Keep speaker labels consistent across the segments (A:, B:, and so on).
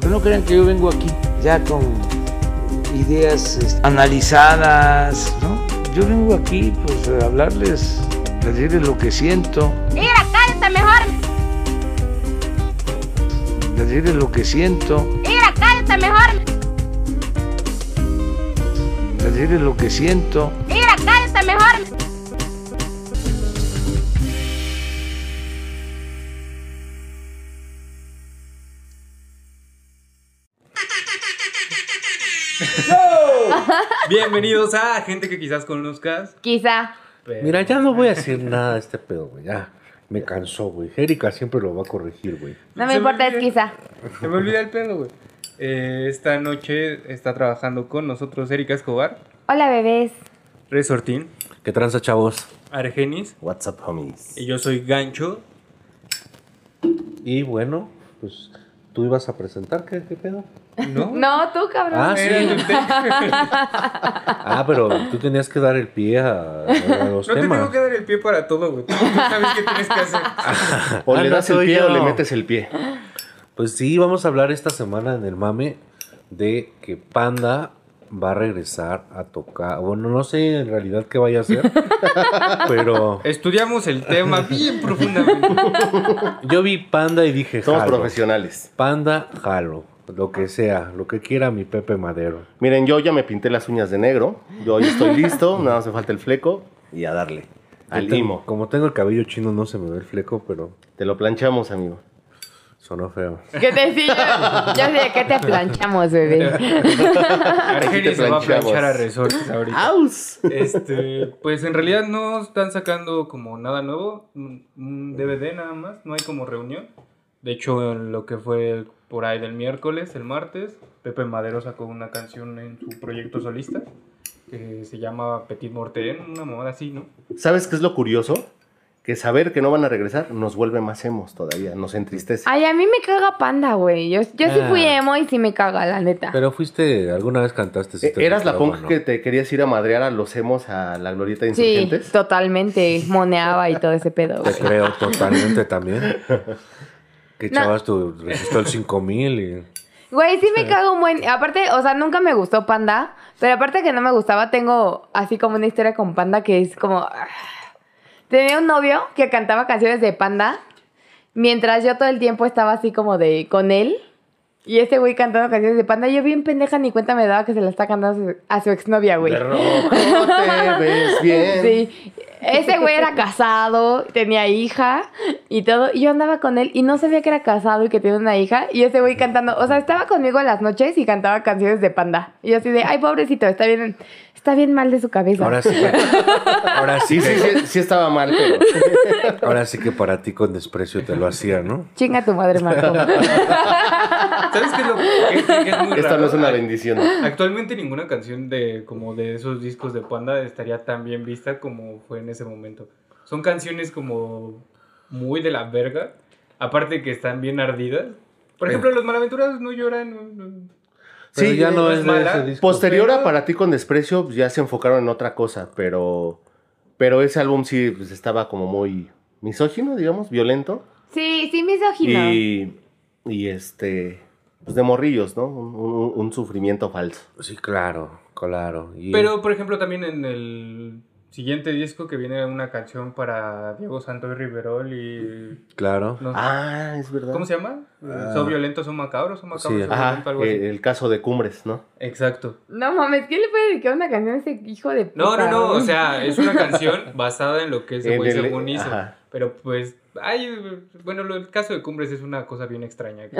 A: Pero no crean que yo vengo aquí ya con ideas este, analizadas, ¿no? Yo vengo aquí pues a hablarles, a decirles lo que siento,
B: Mira, cállate mejor.
A: a decirles lo que siento,
B: Mira, cállate mejor.
A: a decirles lo que siento.
B: Mira, cállate mejor.
C: Bienvenidos a gente que quizás conozcas.
B: Quizá.
C: pero-
D: Mira, ya no voy a decir nada de este pedo, güey. Ya. Me cansó, güey. Erika siempre lo va a corregir, güey.
B: No me
C: Se
B: importa, es
C: olvida-
B: quizá.
C: Se me olvida el pedo, güey. Eh, esta noche está trabajando con nosotros Erika Escobar,
B: Hola, bebés.
C: Resortín,
D: ¿Qué tranza, chavos?
C: Argenis,
E: What's up, homies?
C: y yo soy Gancho.
D: Y bueno, pues tú ibas a presentar, ¿qué, qué pedo?
C: ¿No?
B: No, tú, cabrón.
D: Ah, sí.
C: Era yo te-
D: Ah, pero tú tenías que dar el pie a, a los
C: No te
D: temas.
C: tengo que dar el pie para todo, güey. Tú sabes qué tienes que hacer.
E: O
D: Ah,
E: le
D: no
E: das el
D: soy
E: pie
D: yo.
E: o le metes el pie.
D: Pues sí, vamos a hablar esta semana en el mame de que Panda va a regresar a tocar. Bueno, no sé en realidad qué vaya a hacer, pero
C: Estudiamos el tema bien profundamente.
D: yo vi Panda y dije,
E: Somos
D: jalo.
E: profesionales.
D: Panda, jalo. Lo que sea, lo que quiera mi Pepe Madero.
E: Miren, yo ya me pinté las uñas de negro. Yo hoy estoy listo. nada más me falta el fleco. Y a darle. Al
D: Yo te-
E: limo.
D: Como tengo el cabello chino no se me ve el fleco, pero
E: Te lo planchamos, amigo.
D: sonó feo.
B: ¿Qué te decía? Yo sé de qué te planchamos, bebé.
C: Argenis se va a
E: planchamos.
C: planchar a resortes ahorita.
E: ¡Aus!
C: Este, pues en realidad no están sacando como nada nuevo, un- un DVD nada más, no hay como reunión. De hecho, en lo que fue el- por ahí del miércoles, el martes, Pepe Madero sacó una canción en su proyecto solista que se llama Petit Morten, una moda así, ¿no?
E: ¿Sabes qué es lo curioso? Que saber que no van a regresar nos vuelve más emos todavía. Nos entristece.
B: Ay, a mí me caga panda, güey. Yo, yo sí
D: Ah.
B: fui emo y sí me caga, la neta.
D: Pero fuiste, alguna vez cantaste.
E: Eh,
D: Sister
E: ¿Eras la
D: Cristóbal,
E: punk
D: no?
E: que te querías ir a madrear a los emos a la glorieta de
B: Sí,
E: insurgentes?
B: totalmente. Moneaba y todo ese pedo,
D: Te
B: güey.
D: creo totalmente también. Que
B: No.
D: chavas, tú resistó el 5000 y...
B: Güey, sí me cago un buen. Aparte, o sea, nunca me gustó Panda. Pero aparte que no me gustaba, tengo así como una historia con Panda que es como. ah. Tenía un novio que cantaba canciones de Panda. Mientras yo todo el tiempo estaba así como de. con él. Y este güey cantando canciones de Panda. Yo bien pendeja ni cuenta me daba que se la está cantando a su- a su exnovia, güey.
E: De rojo te ves bien.
B: Sí. Ese güey era casado, tenía hija y todo. Y yo andaba con él y no sabía que era casado y que tenía una hija. Y ese güey cantando, o sea, estaba conmigo en las noches y cantaba canciones de panda. Y yo así de, ay, pobrecito, está bien, está bien mal de su cabeza.
D: Ahora sí, que- ahora sí,
E: Sí, sí,
D: que-
E: sí, sí estaba mal, pero
D: ahora sí que para ti con desprecio te lo hacía, ¿no?
B: Chinga tu madre, Marco.
C: ¿Sabes qué es lo que, que es muy
E: esta
C: raro? Ah,
E: no es una bendición.
C: Actualmente ninguna canción de como de esos discos de Panda estaría tan bien vista como fue en ese momento. Son canciones como muy de la verga, aparte que están bien ardidas. Por ejemplo, Los Malaventurados no lloran. no- no.
D: Pero
E: Sí,
D: ya no
C: es
D: es de
C: mala.
D: ese disco.
E: Posterior a
C: Pero-
E: Para ti con desprecio, pues, ya se enfocaron en otra cosa, pero, pero ese álbum sí pues, estaba como muy misógino, digamos, violento.
B: Sí, sí, misógino.
E: Y, y este, pues de morrillos, ¿no? Un, un- un sufrimiento falso.
D: Sí, claro, claro. Y
C: Pero, por ejemplo, también en el siguiente disco que viene una canción para Diego Santos Riverol y...
D: claro.
C: no sé,
E: Ah, es verdad.
C: ¿Cómo se llama? ¿Son violentos, son macabros? ¿Son macabros?
D: ah. Sí.
C: son
E: Ajá,
C: violentos, algo así?
E: eh, el caso de Cumbres, ¿no?
C: Exacto.
B: No mames, ¿qué le puede dedicar una canción a ese hijo de puta?
C: No, no, no, o
B: güey?
C: sea, es una canción basada en lo que ese
E: En
C: güey
E: el-
C: según hizo.
E: ajá.
C: Pero pues, ay, bueno, lo- el caso de Cumbres es una cosa bien extraña. Que,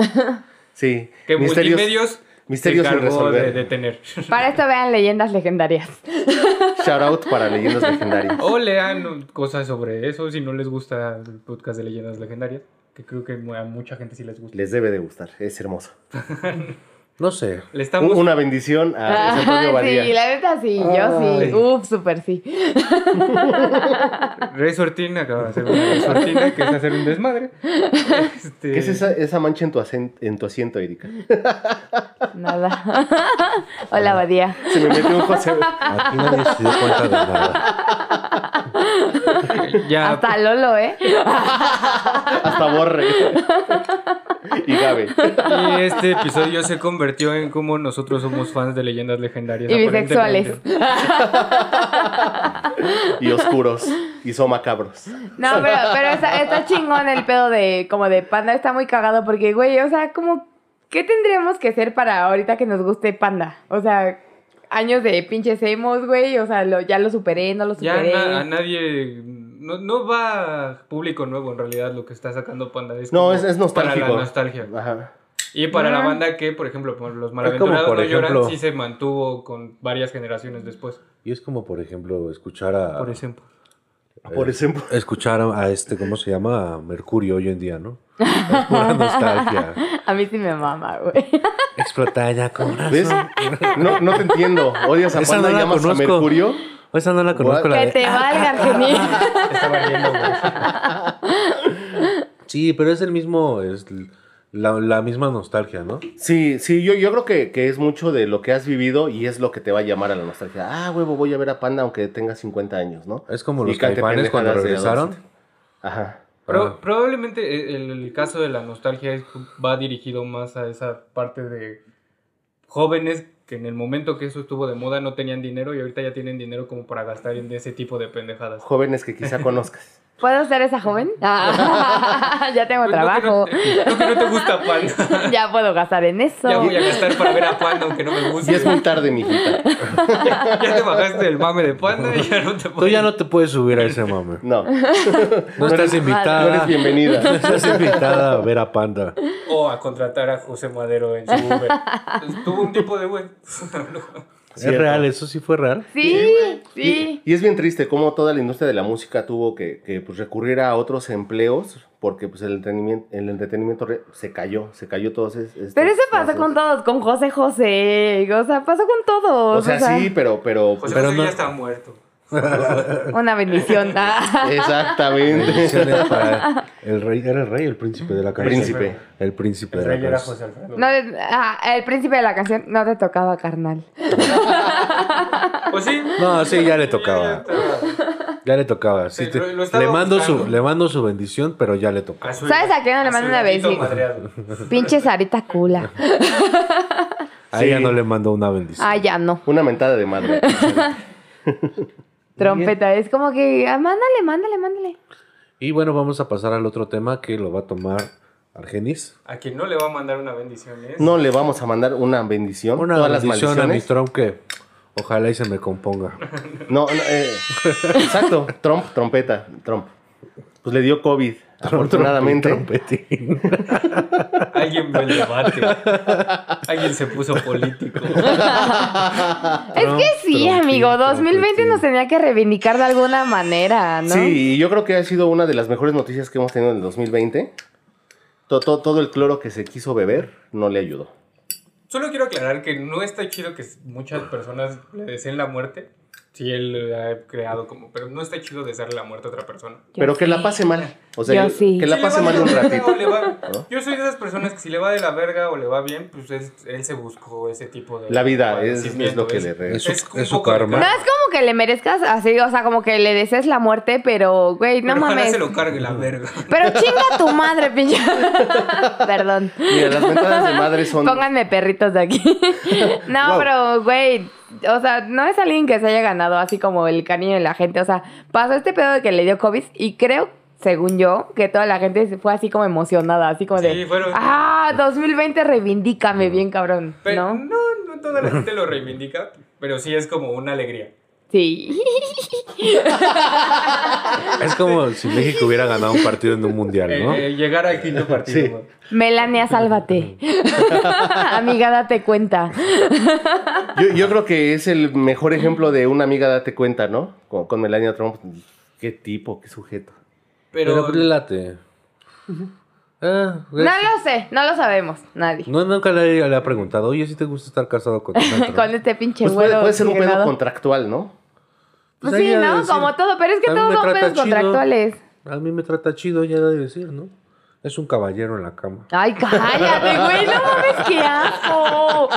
E: Sí.
C: que
E: Misterios,
C: Multimedios
E: misterios
C: se
E: sin
C: encargó de
E: resolver.
C: detener.
B: Para esto vean leyendas legendarias.
E: Shout out para leyendas legendarias.
C: O lean cosas sobre eso si no les gusta el podcast de Leyendas Legendarias, que creo que a mucha gente sí les gusta.
E: Les debe de gustar, es hermoso.
D: No sé.
C: Le estamos...
E: Una bendición a José Antonio
B: Ah, sí,
E: Badía.
B: la neta sí, yo sí. Uf, súper sí.
C: Resortina acaba de hacer una resortina que es hacer un desmadre. Este,
E: ¿Qué es esa, esa mancha en tu, acen- en tu asiento, Erika?
B: Nada. Hola, Badía.
E: Se me metió un José.
D: Aquí nadie se dio cuenta de nada.
C: ya.
B: Hasta Lolo, ¿eh?
E: Hasta borre. y Gabe.
C: Y este episodio se convirtió en cómo nosotros somos fans de leyendas legendarias.
B: Y bisexuales.
C: aparentemente.
E: Y oscuros. Y son macabros.
B: No, pero, pero está, está chingón el pedo de como de panda, está muy cagado porque, güey, o sea, como, ¿qué tendríamos que hacer para ahorita que nos guste panda? O sea, años de pinches emos, güey, o sea, lo, ya lo superé, no lo
C: Ya
B: superé.
C: na- a nadie. No, no va a público nuevo en realidad lo que está sacando Panda. Es
E: No,
C: como
E: es, es nostálgico.
C: Para la nostalgia.
E: Ajá.
C: Y para la
B: Ajá.
C: banda que, por ejemplo, por los malaventurados
D: por
C: no
D: ejemplo-
C: lloran, sí se mantuvo con varias generaciones después.
D: Y es como, por ejemplo, escuchar
E: ah,
D: a.
C: Por ejemplo.
E: Por
D: Eh.
E: ejemplo.
D: Escuchar a, a este, ¿cómo se llama? A Mercurio hoy en día, ¿no? Es pura nostalgia.
B: A mí sí me mama, güey.
D: Explotar ya corazón.
E: ¿Ves? No, no te entiendo. Odias a
D: Esa
E: Panda
D: no
E: y
D: la
E: llamas a
D: conozco.
E: Mercurio.
D: Esa no la conozco. La
B: Que
D: de-
B: te valga, Argenis.
D: Sí, pero es el mismo. Es la, la misma nostalgia, ¿no?
E: Sí, sí, yo, yo creo que, que es mucho de lo que has vivido y es lo que te va a llamar a la nostalgia. Ah, huevo, voy a ver a Panda aunque tenga 50 años, ¿no?
D: Es como
E: Y
D: los
E: cante
D: caifanes cuando
E: pendejadas de
D: regresaron.
E: adolescente. Ajá.
C: Pro-
D: Ah.
C: probablemente e, el, el caso de la nostalgia es- va dirigido más a esa parte de jóvenes que en el momento que eso estuvo de moda no tenían dinero y ahorita ya tienen dinero como para gastar en ese tipo de pendejadas.
E: Jóvenes que quizá conozcas.
B: ¿Puedo ser esa joven? Ah, ya tengo
C: Pues No,
B: trabajo.
C: No, que no te- no que no te gusta Panda.
B: Ya puedo gastar en eso.
C: Ya voy a gastar para ver a Panda aunque no me
E: Y
C: guste.
E: es muy tarde, mijita.
C: Ya te bajaste del mame de Panda y ya no te
D: Tú ya no te puedes subir a ese mame.
E: No, no
D: No estás invitada.
E: eres
D: No
E: bienvenida.
D: estás invitada a ver a Panda.
C: O a contratar a José Madero en su Uber. Entonces, Tuvo un tipo de güey.
D: Es
E: Cierto.
D: real, eso sí fue real.
B: Sí, sí.
E: Y, y es bien triste cómo toda la industria de la música tuvo que, que, pues, recurrir a otros empleos porque pues, el entretenimiento, el entretenimiento re- se cayó, se cayó todos. es- estos
B: Pero
C: Pues,
B: eso pasó
E: lazos.
B: con todos, con José José, o sea, pasó con todos.
E: O sea, sí, pero, pero pues,
C: José
D: Pero
C: José
D: no-
C: ya está muerto.
B: Una bendición. Ah.
E: exactamente.
D: Bendiciones para el rey, era el rey, el príncipe de la canción.
E: Príncipe.
D: El príncipe
C: El
D: de
C: rey
D: la
C: era
D: canción.
C: José Alfredo.
B: No, ah, el príncipe de la canción no te tocaba, carnal.
C: Pues sí.
D: No, sí, ya le
C: Ya,
D: tocaba.
C: ya estaba.
D: Ya le tocaba. sí
C: Lo-
D: te-
C: lo estaba
D: le, mando su,
C: buscando.
D: le mando su bendición, pero ya le tocaba.
C: su-
B: ¿Sabes a quién no le
C: su
B: mando una
C: gatito
B: vez?
C: madreado.
B: Pinche Sarita Cula.
D: A ella no le mando una bendición.
B: Ah, ya no.
E: Una mentada de madre.
B: Trompeta. Es como que, ah, mándale, mándale, mándale.
D: Y bueno, vamos a pasar al otro tema que lo va a tomar Argenis.
C: A quien no le va a mandar una bendición es.
E: No le vamos a mandar una bendición.
D: Una
E: todas
D: bendición
E: las
D: a mi
E: maldiciones.
D: Trump que ojalá y se me componga.
E: No, no, eh, exacto. Trump, trompeta, Trump. Pues le dio COVID, afortunadamente.
D: Trompetín.
C: Alguien me debate. Alguien se puso político.
B: es que sí,
D: trompetín,
B: amigo. 2020
D: trompetín.
B: nos tenía que reivindicar de alguna manera, ¿no?
E: Sí, y yo creo que ha sido una de las mejores noticias que hemos tenido en el 2020. To- to- Todo, el cloro que se quiso beber no le ayudó.
C: Solo quiero aclarar que no está chido que muchas personas le deseen la muerte. Si él eh, ha creado como. Pero no está chido desearle la muerte a otra persona.
B: Yo
E: Pero que
B: sí.
E: la pase mal. O sea,
B: Yo
E: que-
B: sí.
E: que
C: Si
E: la
C: le
E: pase
C: va de
E: mal un
C: la verga o
E: ratito.
C: le va-
E: ¿no?
C: Yo soy de esas personas que si le va de la verga o le va bien, pues es- él se buscó ese tipo de.
E: La vida es, es
C: padecimiento,
E: lo que
C: es-
E: le
D: Es
E: regresa.
D: su,
C: Es un
D: es su
C: poco de
D: karma.
B: No es como que le merezcas así, o sea, como que le desees la muerte, pero, güey, no
C: Pero ojalá
B: mames.
C: se lo cargue la verga.
B: Pero chinga tu madre, pinche. Perdón.
E: Mira, las mentadas de madre son.
B: Pónganme perritos de aquí. no,
E: Wow.
B: pero, güey, o sea, no es alguien que se haya ganado así como el cariño de la gente. O sea, pasó este pedo de que le dio COVID y creo, según yo, que toda la gente se fue así como emocionada, así como
C: Sí,
B: de.
C: fueron-
B: Ah, 2020, reivindícame bien, cabrón.
C: Pero,
B: ¿No?
C: ¿No? no, toda la gente lo reivindica, pero sí es como una alegría.
B: Sí.
D: Es como si México hubiera ganado un partido en un mundial,
C: Eh,
D: ¿no?
C: eh, llegar al quinto partido. güey.
B: Melania, sálvate. Amiga, date cuenta.
E: Yo, yo creo que es el mejor ejemplo de una amiga date cuenta, ¿no? Con, con Melania Trump. Qué tipo, qué sujeto.
D: Pero, pues,
C: Pero,
D: le late. Ah,
B: No
D: güey.
B: lo sé, no lo sabemos, nadie.
D: no, nunca le, le ha preguntado, oye, si te gusta estar casado con Donald Trump?"
B: Con este pinche
E: Pues puede,
B: güero
E: puede ser un pedo
B: degenerado.
E: contractual, ¿no?
D: Pues
B: Pues
D: ahí
B: sí,
D: ha de
B: ¿no?
D: decir,
B: Como todo, pero es que
D: "A mí
B: todos
D: me
B: los
D: trata
B: pedos
D: chido,
B: contractuales.
D: A mí me trata chido, ya de decir, ¿no? Es un caballero en la cama.
B: Ay, cállate, güey, no mames, qué asco.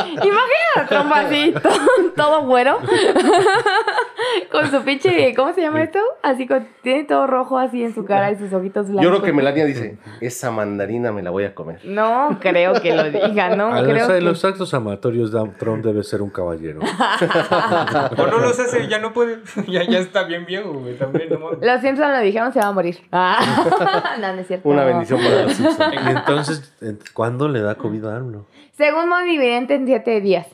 B: Imagínate a Trump así, todo, todo güero. Con su pinche, ¿cómo se llama esto? Así con, tiene todo rojo así en su cara y sus ojitos blancos.
E: Yo creo que Melania dice, esa mandarina me la voy a comer.
B: No creo que lo diga, no
D: A
B: creo
D: los,
B: que...
D: en los actos amatorios, Dan- Trump debe ser un caballero.
C: O no los hace, ya no puede. ya, ya está bien viejo, güey. También, no mames.
B: Los Simpson lo dijeron, se va a morir. Ah, no, no es cierto.
E: Una bendición para los Simpsons.
D: Y entonces, en- ¿cuándo le da COVID a uno?
B: Según Monividente, en siete días.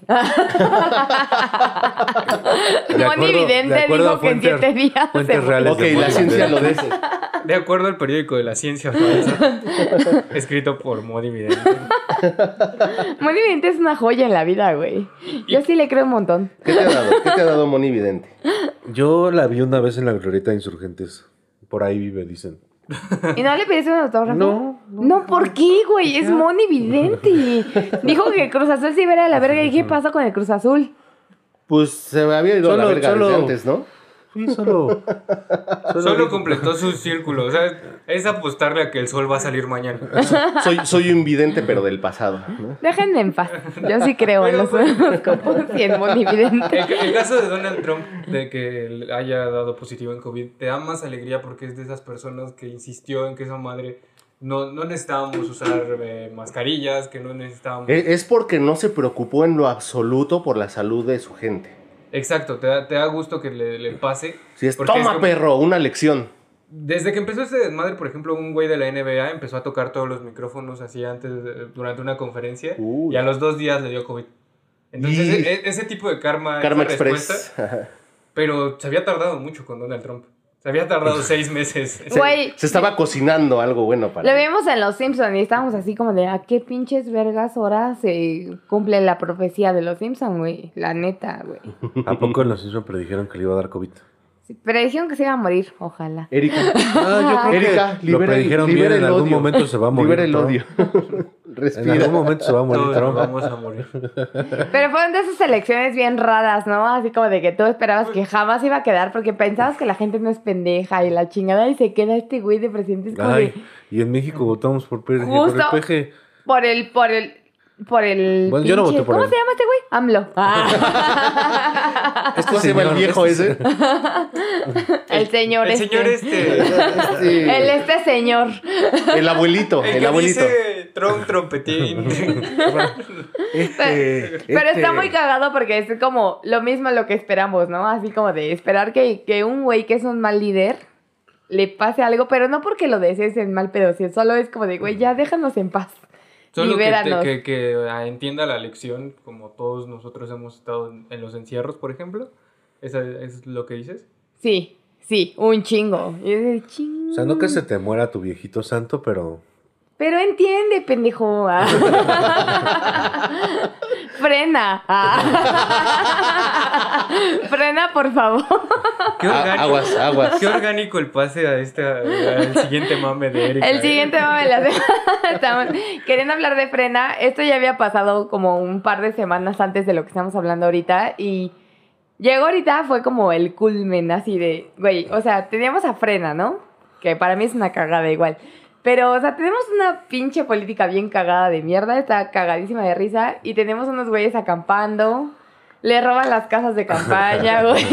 B: Monividente dijo que en siete días.
D: Fuentes
B: se-
D: reales.
E: Ok,
D: de
E: la
D: Monividente.
E: ciencia lo dice.
C: De acuerdo al periódico de la ciencia francesa, escrito por Modi Vidente.
B: Monividente es una joya en la vida, güey. Yo sí le creo un montón.
E: ¿Qué te ha dado? ¿Qué te ha dado Moni Vidente?
D: Yo la vi una vez en la glorieta de Insurgentes. Por ahí vive, dicen.
B: ¿Y no le pediste un autógrafo?
D: No,
B: No, ¿por qué, güey? Es Monividente. Dijo que Cruz Azul se iba a ir a la verga. ¿Y qué pasa con el Cruz Azul?
E: Pues se me había ido a la
D: Solo-
E: verga
D: solo-
E: desde antes, ¿no?
D: Sí, solo.
C: Solo
D: dijo-
C: completó su círculo. O sea, es apostarle a que el sol va a salir mañana.
E: Soy, soy un vidente, pero del pasado. ¿no?
B: Déjenme en paz. Yo sí creo en los horóscopos y en Monividente.
C: El, el caso de Donald Trump, de que le haya dado positivo en COVID, te da más alegría porque es de esas personas que insistió en que esa madre no, no necesitábamos usar eh, mascarillas, que no necesitábamos...
E: E- Es porque no se preocupó en lo absoluto por la salud de su gente.
C: Exacto, te da, te da gusto que le, le pase.
E: Si es,
C: porque es
E: toma
C: como-
E: perro, una lección.
C: Desde que empezó este desmadre, por ejemplo, un güey de la NBA empezó a tocar todos los micrófonos así antes, de- durante una conferencia,
E: Uy.
C: y a los dos días le dio COVID. Entonces,
E: Y-
C: e- ese tipo de karma...
E: Karma
C: esa
E: Express.
C: respuesta, Pero se había tardado mucho con Donald Trump. Se había tardado seis meses.
E: Se,
B: Güey.
E: se estaba cocinando algo bueno para
B: Lo vimos en Los Simpsons y estábamos así como de a qué pinches vergas horas se cumple la profecía de Los Simpsons, güey. La neta, güey.
D: ¿A poco en los Simpsons predijeron que le iba a dar COVID?
B: Sí, Pero dijeron que se iba a morir, ojalá.
E: Erika,
D: Ah, yo creo
E: Erika,
D: que
E: libera
D: lo
E: el-
D: predijeron
E: libera
D: bien. En
E: el
D: algún
E: odio.
D: momento se va a morir.
E: libera el
D: Trump.
E: odio.
D: En
E: Respira.
D: algún momento se va a morir
C: Todos nos
D: Trump.
C: vamos a morir.
B: Pero fueron de esas elecciones bien raras, ¿no? Así como de que tú esperabas que jamás iba a quedar porque pensabas que la gente no es pendeja y la chingada y se queda este güey de presidente. Es como de,
D: Ay, y en México votamos por, P- por
B: Justo.
D: el PG.
B: por el, por el, por el.
D: Bueno, yo no
B: pinche-
D: voté por
B: ¿Cómo
D: él.
B: se llama este güey? AMLO. Ah.
E: ¿Cómo se llama el
D: señor,
E: viejo
D: este
E: ese?
B: el señor
C: El
B: este.
C: señor este.
E: Sí.
B: El este señor.
E: El abuelito, el,
C: El, que
E: abuelito.
C: dice Trump trompetín.
E: Este,
B: Pero
E: este.
B: está muy cagado porque es como lo mismo lo que esperamos, ¿no? Así como de esperar que, que un güey que es un mal líder le pase algo, pero no porque lo desees en mal pedo, si solo es como de, güey, ya déjanos en paz.
C: Solo que, te-
B: Libéranos.
C: que- que, ah, entienda la lección, como todos nosotros hemos estado en, en los encierros, por ejemplo. Esa es lo que dices.
B: Sí, sí, un chingo. Y es de, "Ching".
D: O sea, no que se te muera tu viejito santo, pero
B: Pero entiende, pendejo. Ah. Frena. Ah. Frena, por favor.
C: Qué
E: Ah,
C: orgánico,
E: aguas, aguas.
C: qué orgánico el pase a esta, al siguiente mame de Erika.
B: El
C: ¿eh?
B: siguiente mame la Estamos queriendo hablar de frena. Esto ya había pasado como un par de semanas antes de lo que estamos hablando ahorita. Y llegó ahorita, fue como el culmen así de, güey, o sea, teníamos a frena, ¿no? Que para mí es una cagada igual. Pero, o sea, tenemos una pinche política bien cagada de mierda. Está cagadísima de risa. Y tenemos unos güeyes acampando. Le roban las casas de campaña, güey.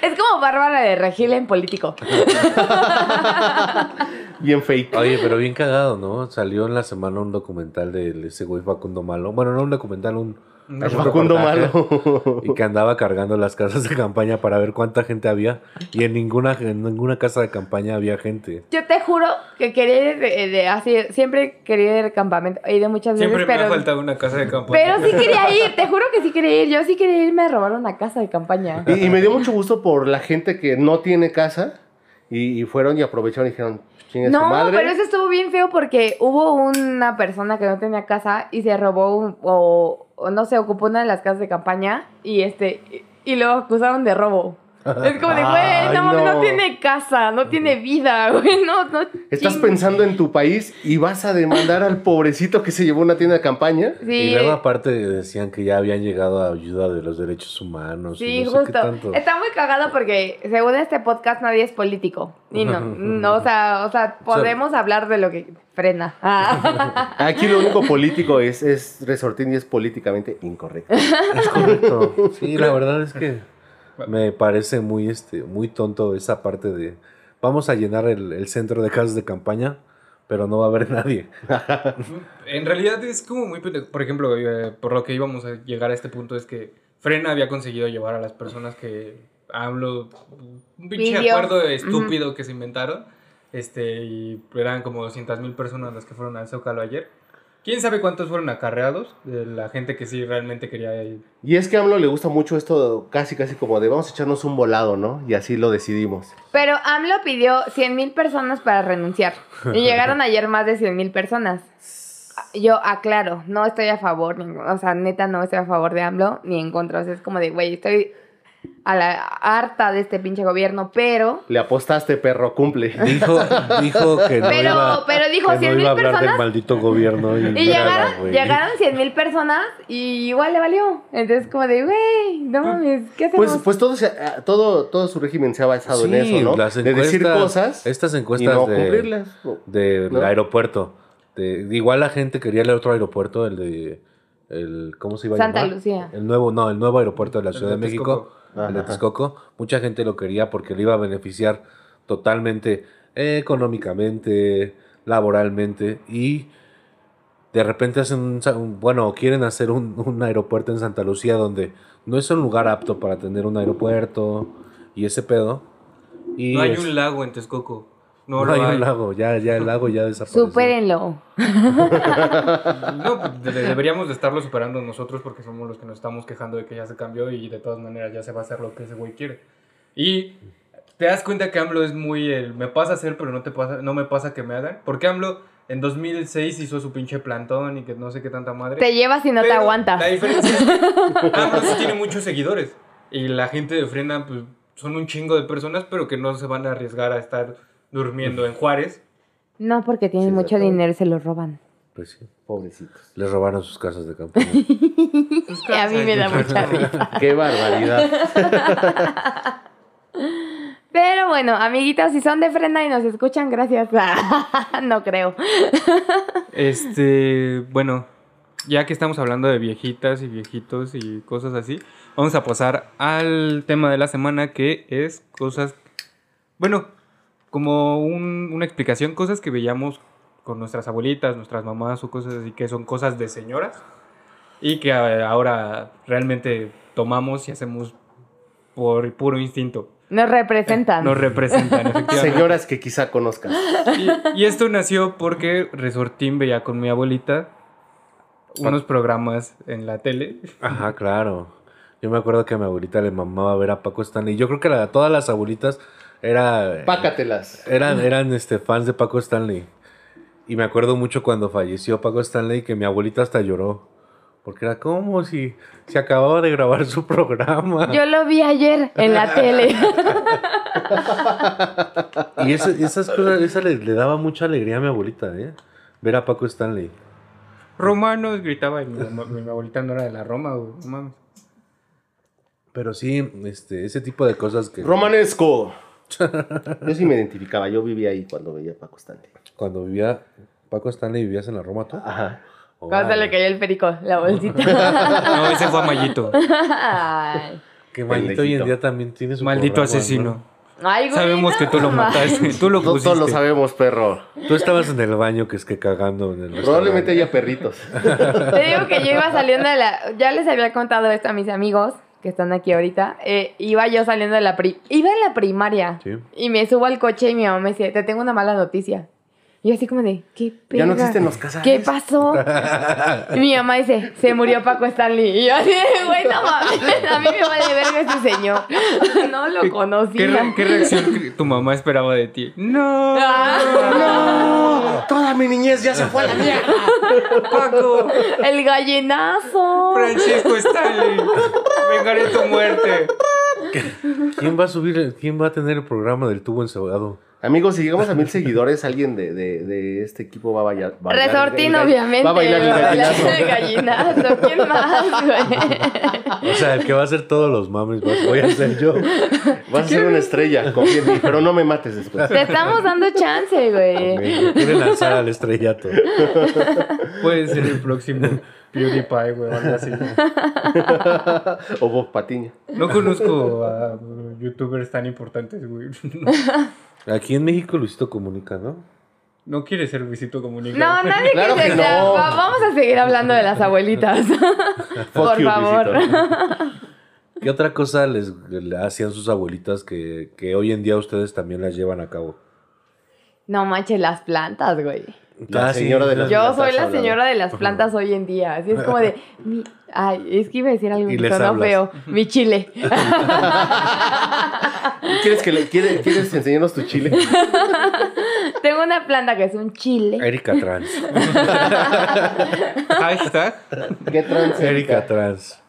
B: Es como Bárbara de Regil en político.
E: Bien fake.
D: Oye, pero bien cagado, ¿no? Salió en la semana un documental de ese güey Facundo Malo. Bueno, no un documental, un...
C: No,
D: un
E: Facundo
D: reportaje.
E: Malo.
D: Y que andaba cargando las casas de campaña para ver cuánta gente había. Y en ninguna, en ninguna casa de campaña había gente.
B: Yo te juro que quería ir de, de- así, siempre quería ir de campamento, he ido muchas veces,
C: Siempre me ha
B: pero,
C: faltado una casa de campo.
B: pero sí quería ir, te juro que sí quería ir, yo sí quería irme a robar una casa de campaña.
E: Y, y me dio mucho gusto por la gente que no tiene casa y, y fueron y aprovecharon y dijeron, chingue su
B: No,
E: madre.
B: pero eso estuvo bien feo porque hubo una persona que no tenía casa y se robó un- o, o no sé, ocupó una de las casas de campaña y este y, y lo acusaron de robo. Es como de,
E: Ay,
B: güey, no, mames, no
E: no.
B: tiene casa, no tiene vida, güey, no, no.
E: Estás
B: chingues".
E: pensando en tu país y vas a demandar al pobrecito que se llevó una tienda de campaña.
B: Sí.
D: Y luego aparte decían que ya habían llegado a ayuda de los derechos humanos.
B: Sí,
D: y pues, no sé qué
B: justo.
D: tanto.
B: Está muy cagado porque según este podcast nadie es político. Y no, no, o sea, o sea, podemos hablar de lo que frena. Ah.
E: Aquí lo único político es, es resortín y es políticamente incorrecto.
D: Es correcto. Sí, la verdad es que Me parece muy, este, muy tonto esa parte de vamos a llenar el, el centro de casas de campaña, pero no va a haber nadie.
C: En realidad es como muy pendejo. Por ejemplo, eh, por lo que íbamos a llegar a este punto es que Frena había conseguido llevar a las personas que hablo un pinche
B: Pidió.
C: acuerdo estúpido que se inventaron. Este, y eran como 200 mil personas las que fueron al Zócalo ayer. ¿Quién sabe cuántos fueron acarreados? De la gente que sí realmente quería ir.
E: Y es que a AMLO le gusta mucho esto, casi, casi como de vamos a echarnos un volado, ¿no? Y así lo decidimos.
B: Pero AMLO pidió 100 mil personas para renunciar. Y llegaron ayer más de 100 mil personas. Yo aclaro, no estoy a favor, ni- o sea, neta no estoy a favor de AMLO ni en contra. O sea, es como de, güey, estoy a la harta de este pinche gobierno, pero...
E: Le apostaste, perro, cumple.
D: Dijo, dijo que no
B: Pero-
D: iba,
B: pero dijo
D: que no
B: 100,000
D: iba a hablar
B: personas.
D: del maldito gobierno. Y,
B: Y
D: nada,
B: llegaron,
D: güey.
B: llegaron 100 mil personas y igual le valió. Entonces como de, güey,
C: Ah,
B: no mames, ¿qué hacemos?
E: Pues, pues todo, se- ah, todo, todo su régimen se ha basado en
D: Sí,
E: eso, ¿no?
D: las
E: de decir
D: encuestas-
E: cosas
D: Estas
E: y
D: encuestas
E: no
D: de,
E: cumplirlas. Oh,
D: del
E: ¿No?
D: aeropuerto. De- igual la gente quería el otro aeropuerto, el de. El, ¿Cómo se iba a
B: Santa
D: llamar?
B: Lucía.
D: El nuevo, no, el nuevo aeropuerto de la
C: El
D: Ciudad de,
C: de
D: México,
E: Texcoco.
D: el de
E: Ajá.
D: Texcoco. Mucha gente lo quería porque le iba a beneficiar totalmente eh, económicamente, laboralmente y. De repente hacen un, sa- un- bueno, quieren hacer un, un aeropuerto en Santa Lucía donde no es un lugar apto para tener un aeropuerto y ese pedo. Y
C: No hay
D: es-
C: un lago en Texcoco.
D: no,
C: No, lo
D: hay
C: hay.
D: un lago, ya, ya el lago ya desapareció.
B: Supérenlo.
C: No, pues, de- deberíamos de estarlo superando nosotros porque somos los que nos estamos quejando de que ya se cambió y de todas maneras ya se va a hacer lo que ese güey quiere. Y te das cuenta que AMLO es muy el me pasa a hacer, pero no, te pasa, no me pasa que me hagan. Porque AMLO en 2006 hizo su pinche plantón y que no sé qué tanta madre.
B: Te llevas y no te
C: Pero
B: aguantas.
C: La diferencia es que AMLO sí tiene muchos seguidores. Y la gente de Frena, pues, son un chingo de personas, pero que no se van a arriesgar a estar durmiendo en Juárez.
B: No, porque tienen
E: Sí,
B: mucho
E: exacto.
B: dinero y se lo roban.
D: Pues sí,
E: Pobrecitos.
D: les robaron sus casas de campaña.
B: a mí me da mucha risa.
E: Qué barbaridad.
B: Pero bueno, amiguitos, si son de frena y nos escuchan, gracias. no creo.
C: Este, bueno, ya que estamos hablando de viejitas y viejitos y cosas así, vamos a pasar al tema de la semana que es cosas, bueno, como un- una explicación, cosas que veíamos con nuestras abuelitas, nuestras mamás o cosas así que son cosas de señoras y que eh, ahora realmente tomamos y hacemos por puro instinto.
B: Nos representan.
C: Nos representan, efectivamente.
E: Señoras que quizá conozcas.
C: Y, y esto nació porque Resortín veía con mi abuelita unos programas en la tele.
D: Ajá, claro. Yo me acuerdo que a mi abuelita le mamaba ver a Paco Stanley. Yo creo que la- todas las abuelitas era, eh,
E: Pácatelas.
D: eran, eran este, fans de Paco Stanley. Y me acuerdo mucho cuando falleció Paco Stanley que mi abuelita hasta lloró. Porque era como si se acababa de grabar su programa.
B: Yo lo vi ayer en la tele.
D: Y esa- esas cosas, esa le, le daba mucha alegría a mi abuelita, ¿eh? Ver a Paco Stanley.
C: Romanos gritaba y mi, mamá- mi abuelita no era de la Roma, güey. No mames.
D: Pero sí, este, ese tipo de cosas que
E: Romanesco. Yo sí me identificaba, yo vivía ahí cuando veía Paco Stanley.
D: cuando vivía Paco Stanley vivías en la Roma tú.
E: Ajá.
B: Cuando se
D: Órale.
B: le cayó el perico, la bolsita.
C: No, ese fue Mayito.
B: Ay,
D: Que maldito hoy en
E: Pendejito.
D: día también tienes un
C: Maldito asesino.
B: Ay, güey,
C: Sabemos
B: no
C: que tú lo
B: mames.
C: mataste. Tú lo
E: No
C: pusiste.
E: todos lo sabemos, perro.
D: Tú estabas en el baño que es que cagando en el
E: Probablemente haya perritos.
B: Te digo que yo iba saliendo de la. Ya les había contado esto a mis amigos que están aquí ahorita. Eh, iba yo saliendo de la pri... Iba en la primaria.
D: Sí.
B: Y me subo al coche y mi mamá me dice, te tengo una mala noticia. Y yo así como de, ¿qué
E: Ya no
B: verga?
E: existen los casales.
B: ¿Qué pasó? Y mi mamá dice, se murió Paco Stanley. Y yo así, de, güey, no mames, a mí me vale verga este señor. No lo
C: ¿Qué, re-
B: conocía.
C: qué reacción cre- tu mamá esperaba de ti? ¡No!
B: Ah,
E: ¡No! Toda mi niñez ya se fue a la mierda.
C: ¡Paco!
B: El gallinazo.
C: ¡Francisco Stanley! ¡Vengaré tu muerte!
D: ¿Quién va a subir, el- quién va a tener el programa del tubo encebado?
E: Amigos, si llegamos a mil seguidores, alguien de, de- de este equipo va a bailar. va a bailar el-
B: Resortín,
E: el gall-
B: obviamente.
E: Va a bailar el
B: va a bailar
E: gallinazo.
B: el gallinazo. ¿Quién más, güey?
D: O sea, el que va a hacer todos los mames, vas- voy a hacer yo.
E: Vas a ser una estrella, confía en mí, pero no me mates después.
B: Te estamos dando chance, güey.
D: Me quiere lanzar al estrellato.
C: Puede ser el próximo PewDiePie, güey, o algo así.
E: o Bob Patiño.
C: No conozco a youtubers tan importantes, güey. No,
D: Aquí en México Luisito comunica, ¿no?
C: no quiere ser Luisito Comunica.
B: No, nadie
E: Claro
B: que
E: que
B: se
E: no.
B: sea- va- Vamos a seguir hablando de las abuelitas. Por
E: you,
B: favor.
E: Luisito.
D: ¿Qué otra cosa les, le hacían sus abuelitas que, que hoy en día ustedes también las llevan a cabo?
B: No manches, las plantas, güey.
E: La
D: Ah, sí.
E: señora de las
B: Yo
E: plantas
B: soy la
E: hablaba.
B: señora de las plantas hoy en día. Así es como de. mi- ay, es que iba a decir algo
D: Y
B: que
D: les
B: sonó
D: hablas.
B: feo. Mi chile.
E: ¿Quieres, que le, quiere- ¿Quieres enseñarnos tu chile?
B: Tengo una planta que es un chile.
D: Erika Trans.
C: Hashtag.
E: ¿Qué trance?
D: Erika Trans.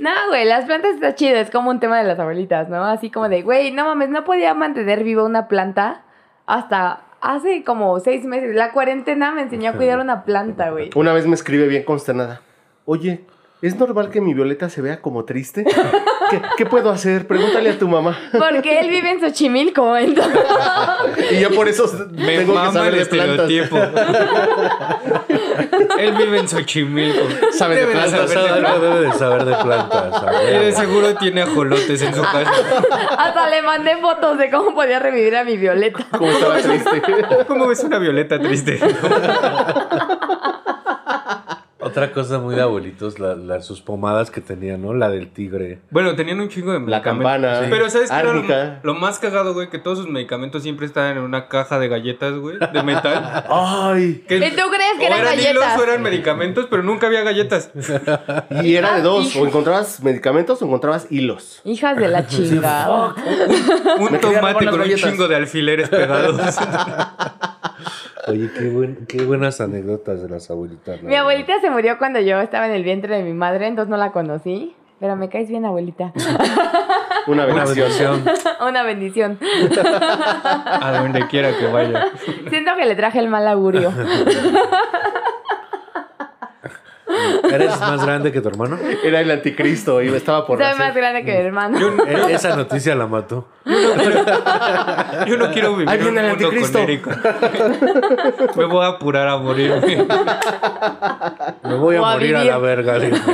B: No, güey, las plantas está chido. Es como un tema de las abuelitas, ¿no? Así como de, güey, no mames, no podía mantener viva una planta hasta hace como seis meses. La cuarentena me enseñó a cuidar una planta, güey.
E: Una vez me escribe bien consternada. Oye, ¿es normal que mi Violeta se vea como triste? ¿Qué, qué puedo hacer? Pregúntale a tu mamá.
B: Porque él vive en Xochimilco, entonces.
E: Y yo por eso
C: Me
E: tengo que
C: mama
E: saber
C: el
E: de plantas.
C: estereotipo. Él vive en Xochimilco.
E: Sabe de
C: Debe
E: plantas,
C: saber de
E: sabe
C: plantas.
D: Algo debe de saber de plantas. a
C: Él de
D: ver.
C: seguro tiene ajolotes en su
B: Ah.
C: casa.
B: Hasta le mandé fotos de cómo podía revivir a mi Violeta.
E: Como estaba triste.
C: ¿Cómo ves una violeta triste?
D: Otra cosa muy de abuelitos, la- la- sus pomadas que tenían, ¿no? La del tigre.
C: Bueno, tenían un chingo de
E: La
C: medicamentos.
E: campana.
C: Pero ¿sabes qué? era lo-
E: Árnica.
C: Lo, más cagado, güey, que todos sus medicamentos siempre estaban en una caja de galletas, güey, de metal.
E: Ay,
C: Que-
B: ¿Y tú crees que
C: o
B: eran galletas?
C: hilos o eran medicamentos, pero nunca había galletas.
E: y era de dos. O encontrabas medicamentos o encontrabas hilos.
B: Hijas de la chingada.
C: Un
E: Me quería robar
C: tomate
E: las
C: con un
E: galletas.
C: chingo de alfileres pegados.
D: Oye, qué, buen- qué buenas anécdotas de las abuelitas. la
B: Mi
D: verdad.
B: abuelita se murió cuando yo estaba en el vientre de mi madre, entonces no la conocí. Pero me caes bien, abuelita.
E: Una
D: Una
E: bendición.
D: bendición.
B: Una bendición.
C: A donde quiera que vaya.
B: Siento que le traje el mal augurio.
D: ¿Eres más grande que tu hermano?
E: Era el anticristo y estaba por
B: Soy más
E: nacer.
B: grande que mi hermano.
D: E- Esa noticia la mató.
C: Yo no quiero vivir
E: Ahí
C: en un
E: viene el
C: mundo con
E: anticristo.
C: Eric. Me voy a apurar a morir. güey.
D: Me voy a
B: O a
D: morir a
B: vivir.
D: la verga. dijo.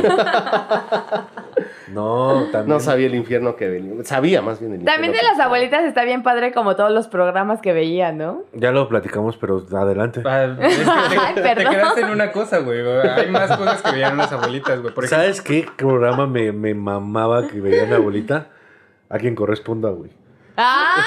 D: No, también.
E: No sabía el infierno que venía. Sabía más bien el infierno.
B: También de
E: que-
B: las abuelitas está bien padre como todos los programas que veía, ¿no?
D: Ya lo platicamos, pero adelante.
C: Ah, es que te,
B: Ay,
C: te
B: perdón.
C: quedaste en una cosa, güey. Hay más cosas que veían las abuelitas, güey. Por ejemplo,
D: ¿Sabes qué programa me, me mamaba que veía mi abuelita? A quien corresponda, güey.
B: ¡Ah!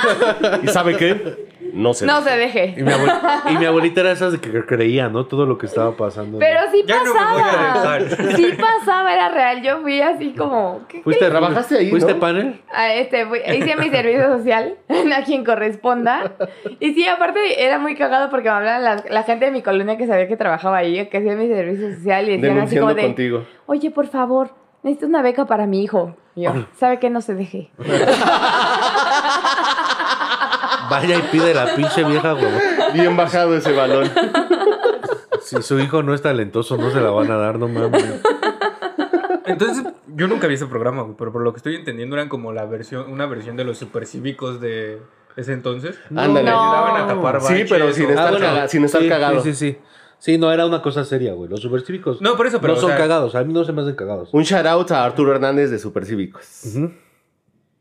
E: ¿Y sabe qué? No sé.
B: No se
D: Y
B: deje.
D: mi, abuel- y mi abuelita era esas de que creía, ¿no? Todo lo que estaba pasando.
B: Pero sí
C: Ya no me voy a
B: pasaba.
C: dejar.
B: sí pasaba, era real. Yo fui así como. ¿qué
D: ¿Fuiste,
E: Trabajaste ahí,
D: ¿Fuiste
E: ¿no?
D: panel?
B: a este, fui- hice mi servicio social a quien corresponda. Y sí, aparte era muy cagado porque me hablaban la, la gente de mi colonia que sabía que trabajaba ahí, que hacía mi servicio social y decían así como
E: Denunciando
B: de,
E: contigo.
B: oye, por favor, necesito una beca para mi hijo. Y yo, ¿sabe qué? No se deje.
D: Vaya y pide la pinche vieja, güey.
E: Bien bajado ese balón.
D: Si su hijo no es talentoso, no se la van a dar, no mames.
C: Entonces, yo nunca vi ese programa, güey, pero por lo que estoy entendiendo eran como la versión, una versión de los supercívicos de ese entonces.
E: Ándale.
B: No.
C: Ayudaban a tapar
E: Sí,
C: baches
E: pero sin
C: o-
E: estar caga- sin estar
D: Ah, sí,
E: cagado.
D: Sí, sí, sí. Sí, no, era una cosa seria, güey. Los supercívicos
C: No, por eso, pero,
D: no
C: o
D: son
C: sea-
D: cagados. A mí no se me hacen cagados.
E: Un shout out a Arturo Hernández de Supercívicos.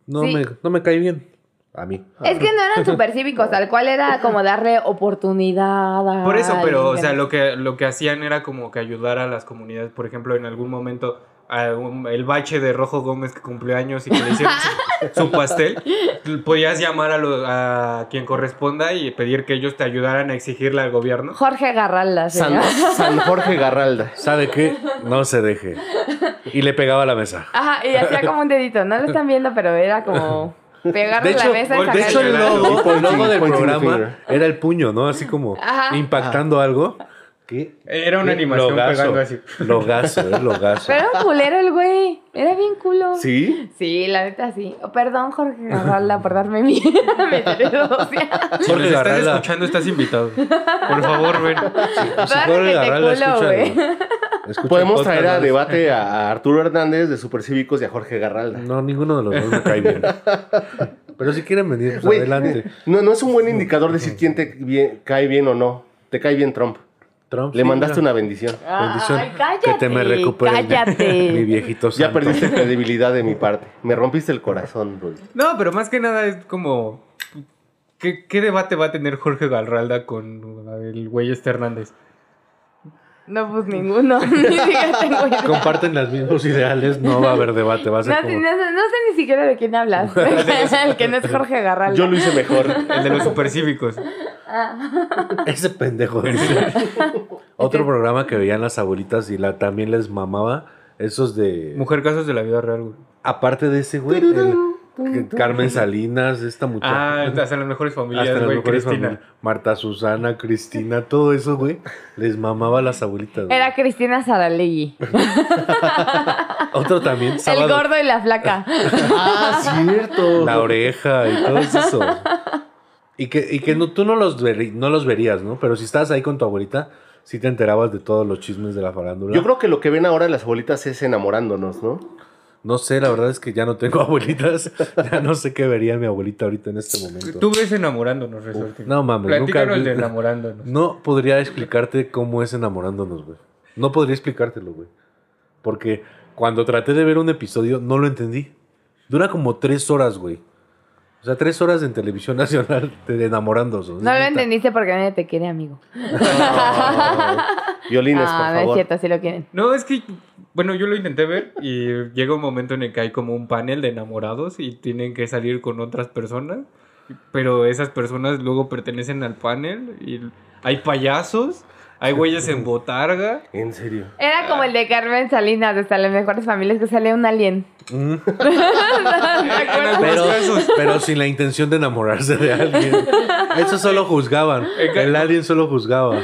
D: No,
B: Sí.
D: me, no me cae bien. A mí.
B: Es que no eran supercívicos, tal cual era como darle oportunidad. a
C: Por eso, pero, o
B: alguien.
C: sea, lo que, lo que hacían era como que ayudar a las comunidades. Por ejemplo, en algún momento, a un- el bache de Rojo Gómez que cumplió años y que le hicieron su, su pastel, podías llamar a, lo- a quien corresponda y pedir que ellos te ayudaran a exigirle al gobierno.
B: Jorge Garralda,
E: San,
B: señor.
E: San Jorge Garralda.
D: ¿Sabe qué? No se deje. Y le pegaba a la mesa.
B: Ajá, y hacía como un dedito. No lo están viendo, pero era como pegarle
D: De hecho,
B: la mesa y
C: de
B: sacarle.
D: De hecho, el
C: Señalando.
D: logo, el
E: Pointing-
D: logo del
E: pointing
D: programa
E: finger.
D: era el puño, ¿no? Así como
B: Ajá.
D: impactando
E: Ah.
D: algo. ¿Qué?
C: Era una animación pegando así.
D: Logazo, es logazo.
B: Pero era culero el güey. Era bien culo.
E: ¿Sí?
B: Sí, la neta sí. Oh, perdón, Jorge Garralda, por darme mi, mi servicio social.
C: Si
D: Jorge
C: nos estás
D: Garralda.
C: escuchando, estás invitado. Por favor, ven.
D: Si
B: Dale,
D: Jorge
B: te
D: Garralda
B: culo,
D: escucha-
B: güey.
D: escucha el
E: Podemos
D: podcast,
E: traer a
D: no-
E: debate a Arturo Hernández de Supercívicos y a Jorge Garralda.
D: No, ninguno de los dos me cae bien. Pero si quieren venir, pues,
E: Güey,
D: adelante.
E: No, no es un buen indicador decir quién te bien- cae bien o no. Te cae bien Trump.
D: Trump.
E: Le
D: sí, Ah,
E: mandaste
D: mira.
E: una bendición.
D: Bendición.
B: Ah, Ay, cállate.
D: que te me recupere.
B: Cállate.
D: Mi viejito pues santo.
E: Ya perdiste credibilidad de mi parte. Me rompiste el corazón, Rul.
C: No, pero más que nada es como. ¿Qué, qué debate va a tener Jorge Galralda con el güey este Hernández?
B: No, pues ninguno. ni siquiera tengo idea.
D: Comparten los mismos ideales, no va a haber debate, va a ser
B: No,
D: como...
B: sé- no sé- no sé ni siquiera de quién hablas. el que no es Jorge Garral.
E: Yo lo hice mejor.
C: El de los supercívicos.
D: Ese pendejo. dice. Otro programa que veían las abuelitas y la también les mamaba, esos de...
C: Mujer Casos de la Vida Real, güey.
D: Aparte de ese güey, el- que Carmen Salinas, esta
C: Ah,
D: muchacha.
C: hasta las mejores familias,
D: Hasta las
C: güey,
D: mejores
C: Cristina.
D: familias. Marta Susana, Cristina, todo eso, güey, les mamaba a las abuelitas. güey.
B: Era Cristina Saralegui.
D: Otro también,
B: El
D: sábado, Pues
B: gordo y la flaca.
E: Ah, cierto.
D: la oreja y todo eso. Y que, y que no, tú no los, veri- no los verías, ¿no? Pero si estabas ahí con tu abuelita, sí te enterabas de todos los chismes de la farándula.
E: Yo creo que lo que ven ahora las abuelitas es enamorándonos, ¿no?
D: No sé, la verdad es que ya no tengo abuelitas. Ya no sé qué vería mi abuelita ahorita en este momento.
C: Tú ves enamorándonos, Resorte.
D: no mames, nunca
C: Platícanos
D: vi-
C: de enamorándonos.
D: No podría explicarte cómo es enamorándonos, güey. No podría explicártelo, güey. Porque cuando traté de ver un episodio, no lo entendí. Dura como tres horas, güey. O sea, tres horas en televisión nacional de enamorándonos.
B: No lo entendiste porque nadie te quiere, amigo.
E: Violines,
B: Ah,
E: por
B: no es
E: favor.
B: cierto, sí lo quieren.
C: No, es que, bueno, yo lo intenté ver y llega un momento en el que hay como un panel de enamorados y tienen que salir con otras personas, pero esas personas luego pertenecen al panel y hay payasos, hay güeyes en botarga.
E: En serio.
B: Era como el de Carmen Salinas, de hasta las mejores familias, que sale un alien.
D: Mm.
C: En algunos
D: Pero,
C: casos.
D: pero sin la intención de enamorarse de alguien. Eso solo juzgaban. El alien solo juzgaba.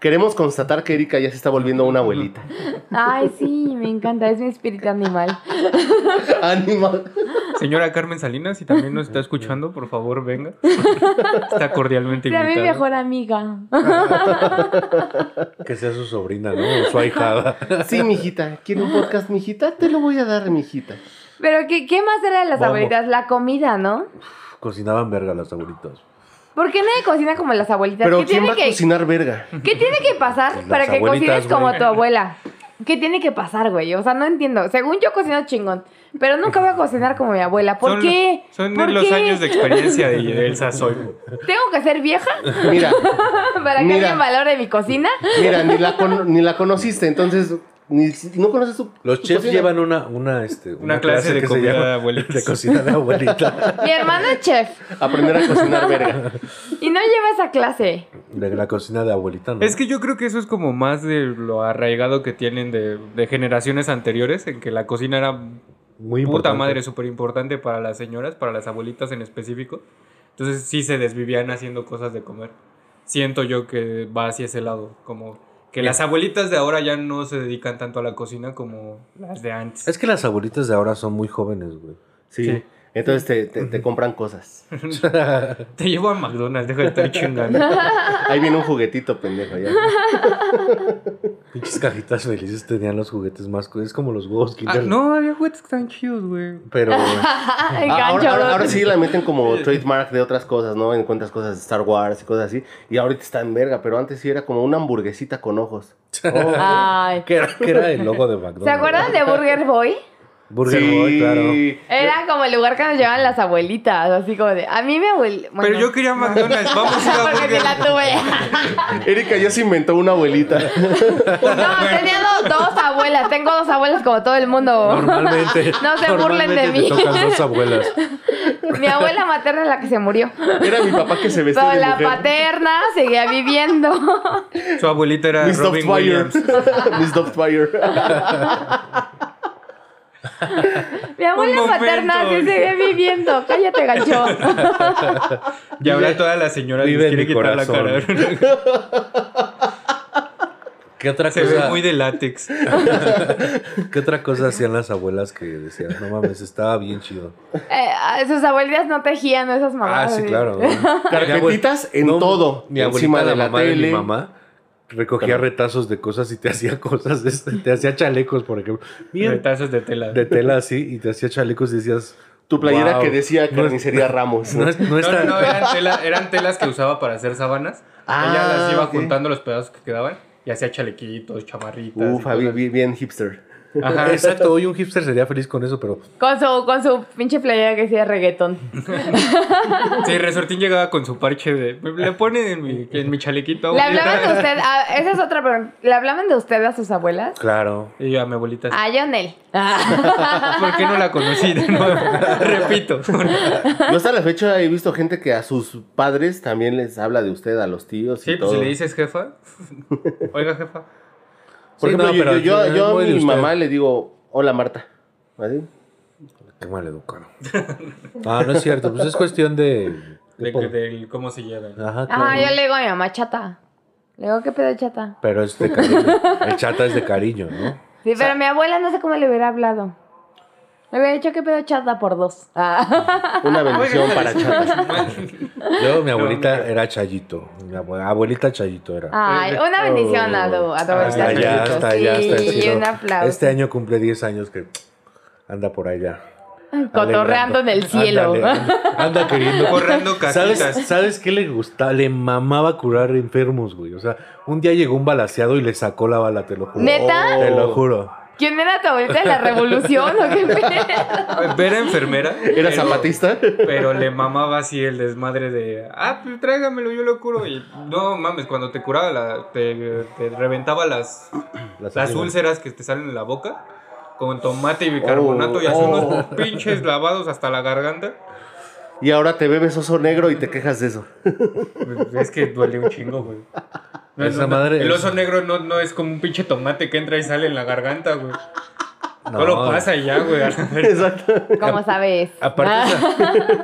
E: Queremos constatar que Erika ya se está volviendo una abuelita.
B: Ay, sí, me encanta, es mi espíritu animal.
E: Animal.
C: Señora Carmen Salinas, si también nos está escuchando, por favor, venga. Está cordialmente
B: Era mi
E: ¿eh?
C: invitada.
B: mejor amiga.
D: Que sea su sobrina, ¿no? O su ahijada.
E: Sí, mijita. ¿Quiere un podcast, mijita? Te lo voy a dar, mijita.
B: Pero, ¿qué, qué más era de las
D: Vamos.
B: abuelitas? La comida, ¿no?
D: Cocinaban verga las abuelitas.
B: ¿Por qué nadie cocina como las abuelitas?
E: Pero
B: ¿Qué
E: ¿quién
B: tiene
E: va a
B: que,
E: cocinar verga?
B: ¿Qué tiene que pasar
D: Pues las
B: para que
D: abuelitas,
B: cocines como
D: güey.
B: tu abuela? ¿Qué tiene que pasar, güey? O sea, no entiendo. Según yo cocino chingón, pero nunca voy a cocinar como mi abuela. ¿Por
C: Son-
B: qué?
C: Son
B: ¿Por
C: los
B: qué?
C: años de experiencia de de Elsa Soy.
B: ¿Tengo que ser vieja
E: Mira,
B: para que
E: Mira.
B: alguien valore mi cocina?
E: mira, ni la, con- ni la conociste, entonces ni, no conoces su.
D: Los
E: su
D: chefs
E: cocina.
D: llevan una, una, este,
C: clase de
D: que se
C: comida
D: llama
C: de abuelitas.
D: De cocina de abuelita.
B: Mi hermano es chef
E: Aprender a cocinar verga.
B: y no lleva esa clase.
D: De la cocina de abuelita, ¿no?
C: Es que yo creo que eso es como más de lo arraigado que tienen de, de generaciones anteriores, en que la cocina era
D: Muy
C: puta
D: importante.
C: madre súper importante para las señoras, para las abuelitas en específico. Entonces sí se desvivían haciendo cosas de comer. Siento yo que va hacia ese lado, como que las abuelitas de ahora ya no se dedican tanto a la cocina como las de antes.
D: Es que las abuelitas de ahora son muy jóvenes, güey.
E: Sí.
C: Sí.
E: Entonces te, te- te compran cosas.
C: Te llevo a McDonald's, deja de estar chingando.
E: Ahí viene un juguetito, pendejo. Ya.
D: Pinches cajitas felices tenían los juguetes más... co- Es como los huevos
C: Ah,
D: Kinder.
C: no, había juguetes que estaban chidos, güey.
D: Pero...
B: Ah,
E: Ah, ahora, ahora-
B: gancho.
E: ahora sí la meten como trademark de otras cosas, ¿no? Encuentras cosas de Star Wars y cosas así. Y ahorita está en verga, pero antes sí era como una hamburguesita con ojos.
B: Ay.
D: ¿Qué era, qué era el logo de McDonald's?
B: ¿Se acuerdan de Burger Boy?
D: Burger
E: Oh. Sí.
D: Boy, claro.
B: Era como el lugar que nos llevaban las abuelitas, así como de... A mí me abuel... bueno,
C: Pero yo quería McDonald's, vamos a ir a
B: Porque
C: Burger
B: ni la tuve.
E: Erika ya se inventó una abuelita.
B: No, tenía do- dos abuelas. Tengo dos abuelas como todo el mundo.
D: Normalmente.
B: No se burlen de
D: normalmente te
B: mí.
D: tocan dos abuelas.
B: Mi abuela materna es la que se murió.
E: Era mi papá que se vestía
B: Pero
E: de
B: la
E: mujer.
B: paterna seguía viviendo.
C: Su abuelita era
E: Miss
C: Robin
E: Doubtfire.
C: Williams.
E: Miss Doubtfire.
B: Mi abuela
C: momento.
B: materna sí seguía viviendo. Cállate, gancho.
C: Y ahora todas las señoras les
D: Vive en
C: quiere
D: mi
C: quitar la cara.
D: corazón. ¿Qué otra
C: Se
D: cosa?
C: ve muy de látex.
D: ¿Qué otra cosa hacían las abuelas que decían, no mames, estaba bien chido?
B: Eh, ah, sus abuelitas no tejían esas mamás.
D: Ah, sí,
B: así.
D: claro.
E: Carpetitas en todo.
D: Mi
E: Encima
D: abuelita,
E: de
D: la,
E: la
D: mamá de mi
E: tele.
D: mamá, recogía retazos de cosas y te hacía cosas, este, te hacía chalecos, por ejemplo. Bien,
C: Retazos de tela.
D: de tela así, y te hacía chalecos y decías...
E: Tu playera
D: "Wow,
E: que decía
D: no es-
E: Carnicería Ramos.
D: No, es- no
C: No,
D: está-
C: no, no, eran, tela- eran telas que usaba para hacer sábanas.
E: Ah,
C: Ella las iba
E: ok.
C: juntando los pedazos que quedaban y hacía chalequitos, chamarritas. y
E: Ufa,
C: cosas.
E: bi- bi- bien hipster.
C: Ajá,
D: Exacto, hoy un hipster sería feliz con eso, pero
B: Con su, con su pinche playera que decía reggaetón.
C: Sí, Resortín llegaba con su parche de. "Me- Le ponen en mi, en mi chalequito.
B: ¿Le
C: abuelita".
B: hablaban de usted? a- esa es otra pregunta. ¿Le hablaban de usted a sus abuelas?
D: claro.
C: Y yo a mi abuelita.
B: A Jonel. Ah.
C: ¿Por qué no la conocí de nuevo? Repito.
E: Yo hasta la fecha he visto gente que a sus padres también les habla de usted, a los tíos y
C: Sí, pues
E: todo.
C: si le dices jefa. Oiga, jefa.
E: Por
D: Sí,
E: ejemplo,
D: no,
E: yo,
D: pero
E: yo,
D: es
E: yo- yo a
D: muy de
E: mi
D: usted.
E: mamá le digo, hola Marta. ¿Así?
D: Qué mal educado. Ah, no es cierto, pues es cuestión de.
C: De,
D: po-
C: del cómo se llevan.
D: Ajá,
B: Ajá,
D: claro.
B: Ah, yo le digo a mi mamá chata. Le digo, ¿qué pedo chata?
D: Pero es de cariño. El chata es de cariño, ¿no?
B: Sí, pero mi abuela no sé cómo le hubiera hablado. Le hubiera dicho que pedo chata por dos. Ah.
E: Una bendición para Chata.
D: Ah. Yo, mi abuelita era Chayito. Mi abue- abuelita Chayito era.
B: Ay, una bendición a tu, a tu abuelita.
C: Ah,
D: Oh. Hasta allá,
B: Chayito.
D: hasta allá, hasta el
B: Sí,
D: cielo.
B: un aplauso.
D: Este año cumple 10 años que anda por allá.
B: Cotorreando en el cielo.
D: Ándale, Anda, anda queriendo.
C: Corrando
D: ¿Sabes,
C: cajitas.
D: ¿Sabes qué le gustaba? Le mamaba curar enfermos, güey. O sea, un día llegó un balaseado y le sacó la bala, te lo juro.
E: Oh.
B: ¿Neta?
D: Te lo juro.
B: ¿Quién era tu abuelita de la revolución o qué pedo?
C: Vera enfermera. pero-
E: ¿Era zapatista?
C: Pero le mamaba así el desmadre de. Ah, pues tráigamelo, yo lo curo. Y no mames, cuando te curaba, la, te, te reventaba las,
D: Las
C: las
D: úlcemas.
C: úlceras que te salen en la boca con tomate y bicarbonato y hace
E: oh.
C: unos pinches lavados hasta la garganta.
E: Y ahora te bebes oso negro y te quejas de eso.
C: Pues, Es que duele un chingo, güey. No,
D: Esa
C: no, no.
D: madre
C: el
D: es-
C: oso negro no, no es como un pinche tomate que entra y sale en la garganta, güey.
D: No.
C: Solo pasa y ya, güey.
E: Exacto.
B: ¿Cómo sabes? Ah.
D: Aparte,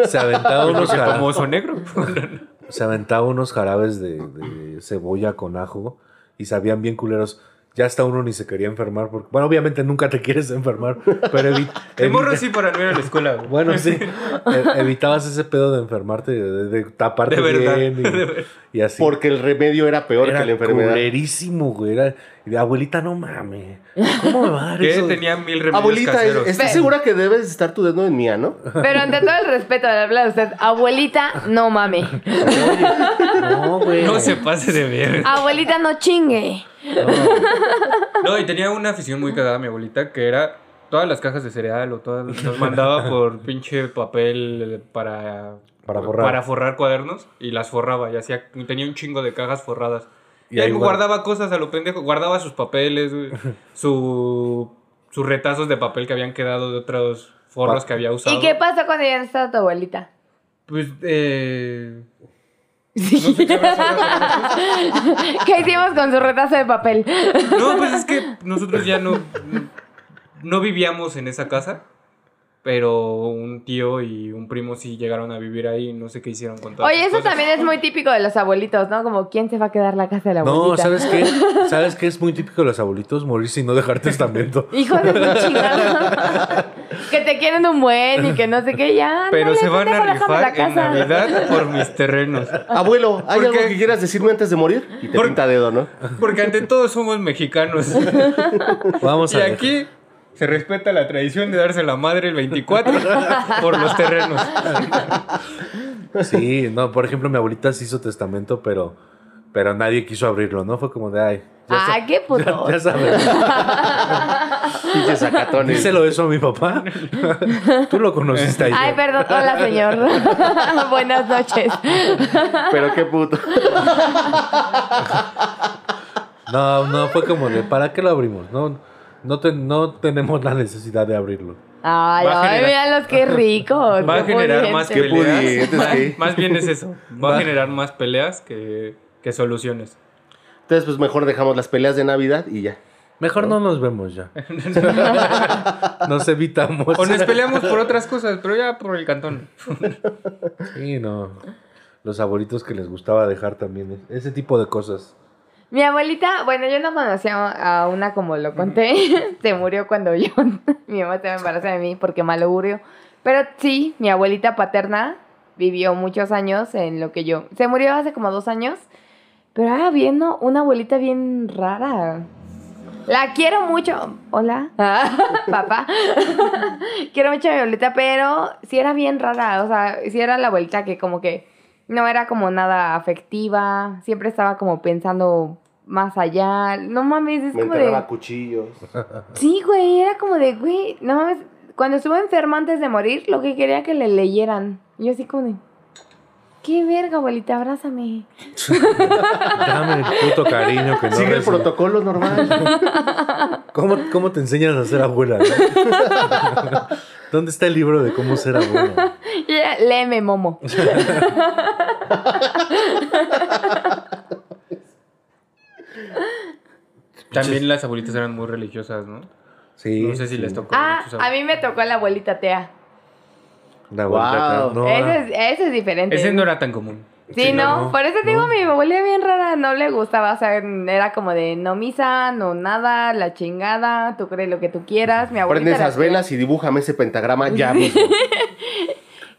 D: se- se aventaba unos
C: Porque
D: jara-
C: como oso negro.
D: se aventaba unos jarabes de, de cebolla con ajo y sabían bien culeros. Ya hasta uno ni se quería enfermar. Porque, bueno, obviamente nunca te quieres enfermar, pero evi-
C: El morro
D: evita-
C: sí para no ir a la escuela, güey.
D: Bueno, sí. e- evitabas ese pedo de enfermarte, de, de taparte
C: De verdad,
D: bien y,
C: de verdad.
D: y así.
E: Porque el remedio era peor
D: era
E: que la enfermedad.
D: culerísimo, güey. Era, y de, abuelita, no mames. ¿Cómo me va a dar
C: Que
D: eso?
C: tenía mil remedios
E: Abuelita,
C: caseros.
E: ¿estás
B: Ve.
E: segura que debes estar tu dedo en mía, no?
B: Pero ante todo el respeto le habla de usted, abuelita, no mame.
D: No, güey.
C: No se pase de
B: Ah.
C: ver.
B: Abuelita, no chingue.
C: No, y tenía una afición muy cagada mi abuelita que era todas las cajas de cereal o todas nos mandaba por pinche papel eh, para
D: Para forrar.
C: cuadernos y las forraba y hacía tenía un chingo de cajas forradas.
D: Y
C: Y ahí
D: ahí guarda-
C: guardaba cosas a lo pendejo, guardaba sus papeles, güey, su sus retazos de papel que habían quedado de otros forros
D: Pa-
C: que había usado.
B: ¿Y qué pasó cuando ya no estaba tu abuelita?
C: Pues eh
B: ¿Qué hicimos con su retazo de papel?
C: No, pues es que nosotros ya no, no vivíamos en esa casa, pero un tío y un primo sí llegaron a vivir ahí, no sé qué hicieron con todas
B: Oye,
C: sus
B: eso
C: cosas.
B: también es muy típico de los abuelitos, ¿no? Como, ¿quién se va a quedar la casa de la abuelita?
D: No, ¿sabes qué? ¿Sabes qué es muy típico de los abuelitos? Morirse y no dejar testamento.
B: Hijo de su chingada. que te quieren un buen y que no sé qué, ya.
C: Pero
B: ándale,
C: se van a
B: pendejo, déjame
C: rifar en Navidad por mis terrenos.
E: Abuelo, ¿hay
C: ¿Por
E: algo
C: qué?
E: que quieras decirme antes de morir? Y te
C: ¿Por-
E: pinta dedo, ¿no?
C: Porque ante todo somos mexicanos.
D: Vamos
C: Y
D: a ver.
C: aquí se respeta la tradición de darse la madre el 24 por los terrenos.
D: Sí, no, por ejemplo, mi abuelita se hizo testamento, pero, pero nadie quiso abrirlo, ¿no? Fue como de, ay. ya
B: Ay, qué puto.
D: sa- Ya sabes.
E: Pinches sacatones.
D: Díselo eso a mi papá. Tú lo conociste
B: Ay,
D: ayer.
B: perdón. Hola, señor. Buenas noches.
E: Pero qué puto.
D: No, no, fue como de, ¿para qué lo abrimos? No, no, te- no tenemos la necesidad de abrirlo.
B: Ay,
C: Va a
B: ay,
C: generar-
B: míralos, qué ricos.
C: Va a
B: qué
C: generar más
B: pudientes.
E: Qué
C: peleas.
E: pudientes,
C: Más,
E: sí.
C: más bien es eso. Va a generar más peleas que, que soluciones.
E: Entonces, pues mejor dejamos las peleas de Navidad y ya.
D: Mejor no nos vemos ya. Nos evitamos.
C: O nos peleamos por otras cosas, pero ya por el cantón.
D: Sí, no. Los abuelitos que les gustaba dejar también. Ese tipo de cosas.
B: Mi abuelita, bueno, yo no conocía a una como lo conté. se murió cuando yo, mi mamá se embarazó de mí porque mal augurio. Pero sí, mi abuelita paterna vivió muchos años en lo que yo. Se murió hace como dos años. Pero ahora viendo una abuelita bien rara. La quiero mucho. Hola, Ah, papá. quiero mucho a mi abuelita, pero sí era bien rara. O sea, sí era la abuelita que como que no era como nada afectiva. Siempre estaba como pensando más allá. No mames, es
E: Me
B: como de.
E: enterraba a cuchillos.
B: Sí, güey, era como de, güey, no mames. Cuando estuvo enferma antes de morir, lo que quería que le leyeran. Y yo así como de, qué verga, abuelita, abrázame.
D: Dame el puto cariño que no
E: Sigue el
D: recibo.
E: protocolo normal.
D: ¿Cómo, cómo te enseñan a ser abuela? no? ¿Dónde está el libro de cómo ser abuela?
B: Y ella, léeme, momo.
C: También las abuelitas eran muy religiosas, ¿no?
D: Sí.
C: no sé si les tocó.
B: ah,
C: muchos
B: a
C: abuelos.
B: mí me tocó la abuelita Tea.
D: Una abuelita
E: Wow.
D: acá. No,
B: Eso
D: ah,
B: es, eso es diferente.
C: Ese no era tan común.
B: Sí, no, por eso te digo,
D: no.
B: mi abuela bien rara, no le gustaba, o sea, era como de no misa, no nada, la chingada, tú crees lo que tú quieras, mi abuelita.
E: Prende esas
B: era-
E: velas y dibújame ese pentagrama ya mismo.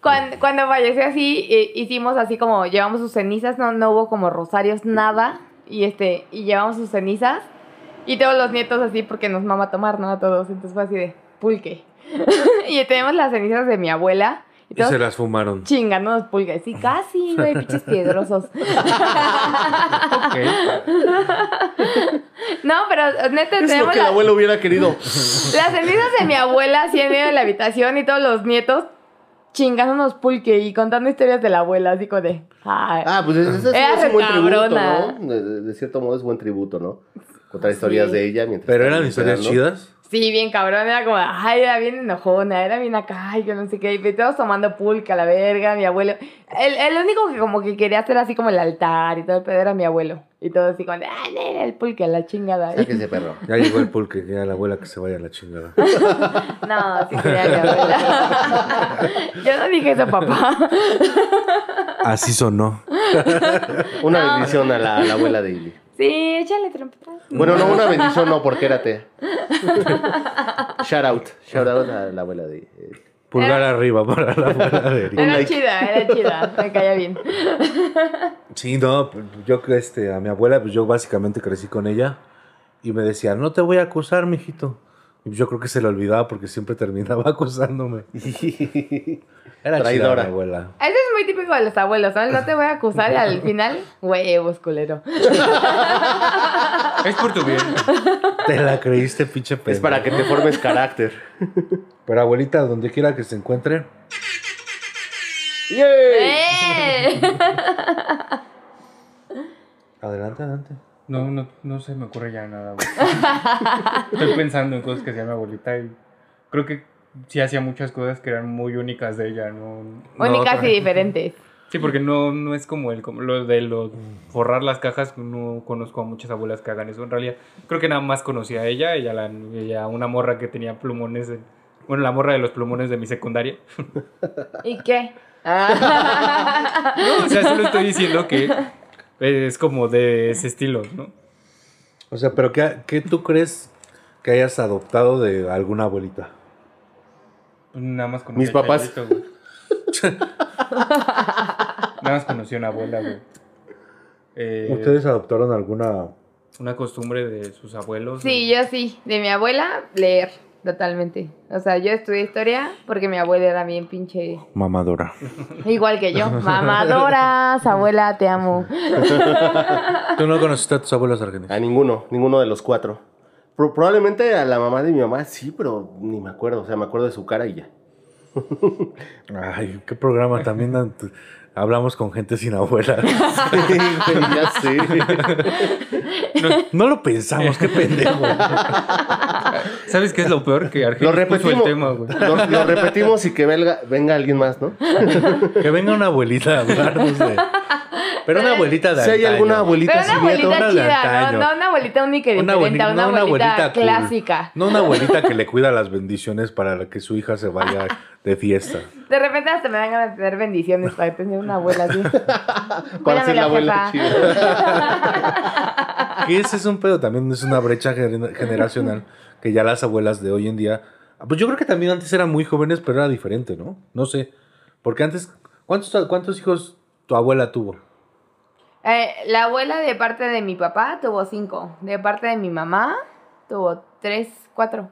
B: Cuando, cuando falleció así, eh, hicimos así como, llevamos sus cenizas, no, no hubo como rosarios, nada, y este, y llevamos sus cenizas, y todos los nietos así, porque nos mama tomar, ¿no? A todos, entonces fue así de pulque. y tenemos las cenizas de mi abuela, y
D: y
B: todos
D: se las fumaron.
B: chingándonos pulque, sí, casi, güey, pinches piedrosos. no, pero neta,
E: Es lo
B: tenemos
E: que el
B: la-
E: abuelo hubiera querido.
B: las cenizas de mi abuela así en medio de la habitación y todos los nietos chingándonos pulque y contando historias de la abuela, así como de. ay.
E: Ah, pues es, es- es
B: Era
E: un buen tributo,
B: cabrona.
E: ¿no? De, de- de cierto modo es buen tributo, ¿no? Contar historias
B: Sí.
E: de ella mientras.
D: Pero
E: están
D: eran historias
E: esperando.
D: chidas.
B: Sí, bien cabrón, era como, ay, era bien enojona, era bien acá, ay, que no sé qué, y pues todos tomando pulque a la verga, mi abuelo. El, el único que como que quería hacer así como el altar y todo el pedo era mi abuelo. Y todo así como, de, ay, nene, el pulque a la chingada.
E: Sáquese, perro.
D: Ya llegó el pulque, ya la abuela que se vaya a la chingada.
B: No, sí quería mi abuela. Yo no dije eso, papá.
D: Así sonó.
E: Una
B: Ah.
E: bendición a la, a la abuela de Ili.
B: Sí, échale trompetas.
E: Bueno, no, una bendición no, porque era tea. Shout out. Shout out a la abuela de Ili.
D: Pulgar arriba para la abuela de Eric.
B: Era
E: like.
B: chida, era chida, me caía bien.
D: Sí, no, yo que, este, a mi abuela, pues yo básicamente crecí con ella y me decía, no te voy a acusar, mijito. Y yo creo que se le olvidaba porque siempre terminaba acusándome.
E: eh,
D: Era
E: Traidora.
D: chida mi abuela.
B: Eso es muy típico de los abuelos, ¿sabes? No te voy a acusar y al final, huevos, culero.
C: Es por tu bien.
D: Te la creíste, pinche
E: Es
D: pendejo.
E: para que te formes carácter.
D: Pero abuelita, donde quiera que se encuentre,
B: ¡Eh!
D: adelante, adelante.
C: No, no, no se me ocurre ya nada. güey. Estoy pensando en cosas que hacía mi abuelita y creo que sí hacía muchas cosas que eran muy únicas de ella. No, no
B: Únicas
C: otra-
B: y diferentes.
C: Sí, porque no, no es como el como lo de los
E: Mm.
C: forrar las cajas. No conozco a muchas abuelas que hagan eso. En realidad, creo que nada más conocía a ella y a, la, y a una morra que tenía plumones. en- bueno, la morra de los plumones de mi secundaria.
B: ¿Y qué? Ah.
C: No, o sea, solo estoy diciendo que es como de ese estilo, ¿no?
D: O sea, pero ¿qué, qué tú crees que hayas adoptado de alguna abuelita?
C: Nada más conocí
E: Mis
C: a
E: papás.
C: Chayito, güey. Nada más conocí a una abuela, güey. Eh,
D: ¿Ustedes adoptaron alguna?
C: Una costumbre de sus abuelos.
B: Sí,
C: ¿no?
B: yo sí. De mi abuela, leer, totalmente. O sea, yo estudié historia porque mi abuela era bien pinche.
D: Mamadora.
B: Igual que yo. Mamadoras, abuela, te amo.
D: ¿Tú no conociste a tus abuelos argentinos?
E: A ninguno, ninguno de los cuatro. Pro- probablemente a la mamá de mi mamá sí, pero ni me acuerdo. O sea, me acuerdo de su cara y ya.
D: Ay, qué programa. También ant- hablamos con gente sin abuela.
E: ya sé.
D: No lo pensamos, qué pendejo.
C: ¿Sabes qué es lo peor? Que
E: Lo
C: Argenis puso el
E: repetimos.
C: tema, güey.
E: Lo, lo repetimos y que venga, venga alguien más, ¿no?
D: Que venga una abuelita a hablarnos de... Pero una abuelita de
E: Si hay
D: antaño.
E: alguna abuelita
B: Pero una
E: sin nieto,
B: abuelita
D: una de
B: chida,
D: antaño.
B: ¿no? No una abuelita única y
D: Una
B: diferente, una,
D: abuelita, no una
B: abuelita,
D: abuelita cool.
B: clásica.
D: No una abuelita que le cuida las bendiciones para que su hija se vaya de fiesta.
B: De repente hasta me dan ganas de tener bendiciones para tener una abuela así.
E: para ser la
B: Cuídamela,
E: abuela
B: jefa.
E: chida.
D: Que ese es un pedo también, es una brecha gener- generacional que ya las abuelas de hoy en día. ah, Pues yo creo que también antes eran muy jóvenes, pero era diferente, ¿no? No sé. Porque antes, ¿cuántos, cuántos hijos tu abuela tuvo?
B: Eh, la abuela de parte de mi papá tuvo cinco. De parte de mi mamá tuvo tres, cuatro.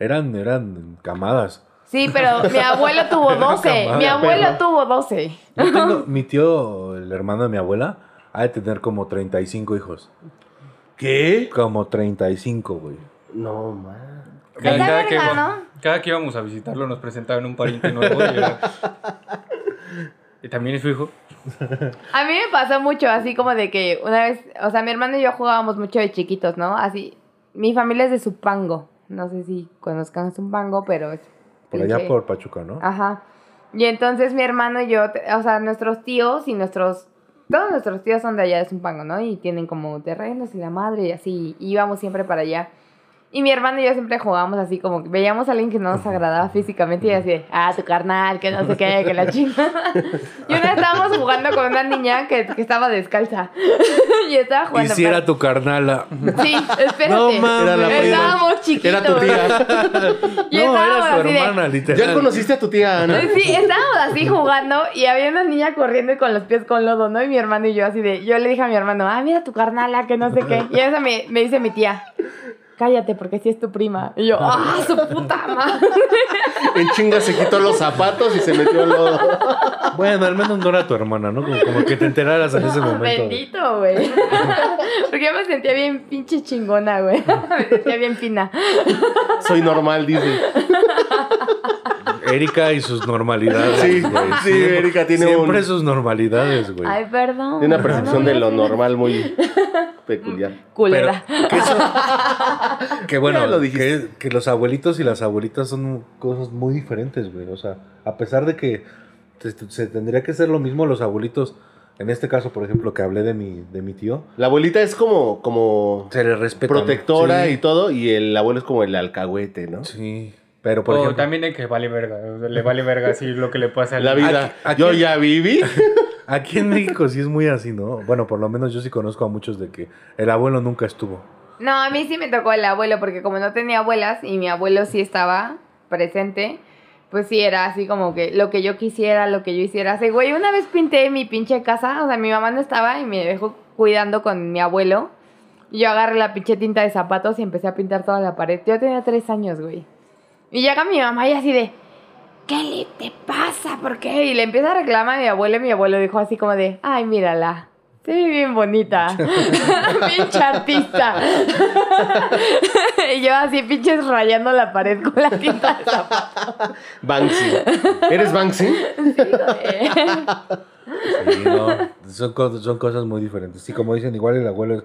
D: Eran, eran camadas.
B: Sí, pero mi abuelo tuvo doce. Mi
D: Vaya
B: abuelo tuvo doce.
D: Yo tengo, mi tío, el hermano de mi abuela, ha de tener como 35 hijos.
E: ¿Qué?
D: Como 35, güey.
E: No, man.
C: Cada,
B: Está
C: cada que,
B: verga,
C: iba- cada que íbamos a visitarlo nos presentaban un pariente nuevo. Y, era- y también es su hijo.
B: A mí me pasó mucho, así como de que una vez, o sea, mi hermano y yo jugábamos mucho de chiquitos, ¿no? Así, mi familia es de Supango. No sé si conozcan Supango, pero es.
D: Por allá
B: pinche-
D: por Pachuca, ¿no?
B: Ajá. Y entonces mi hermano y yo, te- o sea, nuestros tíos y nuestros. Todos nuestros tíos son de allá de Zumpango, ¿no? Y tienen como terrenos y la madre y así. Y íbamos siempre para allá. Y mi hermano y yo siempre jugábamos así, como que veíamos a alguien que no nos agradaba físicamente y así, de, ah, tu carnal, que no sé qué, que la chinga. y una vez estábamos jugando con una niña que, que estaba descalza. y estaba jugando.
D: Hiciera tu carnala.
B: Sí, espérate.
D: No mames.
E: Era la prima.
B: Estábamos chiquitos.
E: Era tu tía.
B: Y
D: No,
B: estábamos
D: era su
B: así de,
D: hermana, literal.
E: ¿Ya conociste a tu tía Ana?
B: Sí, estábamos así jugando y había una niña corriendo y con los pies con lodo, ¿no? Y mi hermano y yo así de, yo le dije a mi hermano, ah, mira tu carnala, que no sé qué. Y esa me, me dice mi tía, cállate porque sí es tu prima. Y yo, ah, su puta madre.
E: En chinga se quitó los zapatos y se metió al lodo.
D: Bueno, al menos no era tu hermana, ¿no? Como, como que te enteraras en ese momento. güey.
B: Bendito, güey. Porque yo me sentía bien pinche chingona, güey. Me sentía bien fina.
E: Soy normal, dice.
D: Erika y sus normalidades.
E: Sí,
D: güey.
E: sí,
D: Siempre-
E: Erika tiene
D: Siempre
E: un-
D: sus normalidades, güey.
B: Ay, perdón.
E: Tiene una percepción
B: No,
E: de lo
B: no, no.
E: normal muy peculiar.
B: Culera.
D: Que bueno,
E: Ya lo dijiste.
D: que, que los abuelitos y las abuelitas son cosas muy diferentes, güey. O sea, a pesar de que se, se tendría que ser lo mismo los abuelitos, en este caso, por ejemplo, que hablé de mi, de mi tío,
E: La abuelita es como, como
D: se le respeta. ¿no?
E: protectora
D: Sí,
E: y todo, y el abuelo es como el alcahuete, ¿no?
D: Sí, pero por
C: o
D: ejemplo...
C: también el que vale verga. o sea, Le vale verga así lo que le pasa a
E: La vida.
D: ¿A- a
E: Yo
D: quién?
E: ya viví.
D: Aquí en México sí es muy así, ¿no? Bueno, por lo menos yo sí conozco a muchos de que el abuelo nunca estuvo.
B: No, a mí sí me tocó el abuelo, porque como no tenía abuelas y mi abuelo sí estaba presente, pues sí era así como que lo que yo quisiera, lo que yo hiciera. Así, güey, una vez pinté mi pinche casa, o sea, mi mamá no estaba y me dejó cuidando con mi abuelo. Y yo agarré la pinche tinta de zapatos y empecé a pintar toda la pared. Yo tenía tres años, güey. Y llega mi mamá y así de, ¿qué le te pasa? ¿Por qué? Y le empieza a reclamar a mi abuelo y mi abuelo dijo así como de, ay, mírala. Se ve bien bonita. Pinche artista. y yo así, pinches rayando la pared con la tinta de zapatos.
E: Banksy. ¿Eres Banksy?
B: güey.
D: Sí, no, son, co- son cosas muy diferentes. Sí, como dicen, igual el abuelo es...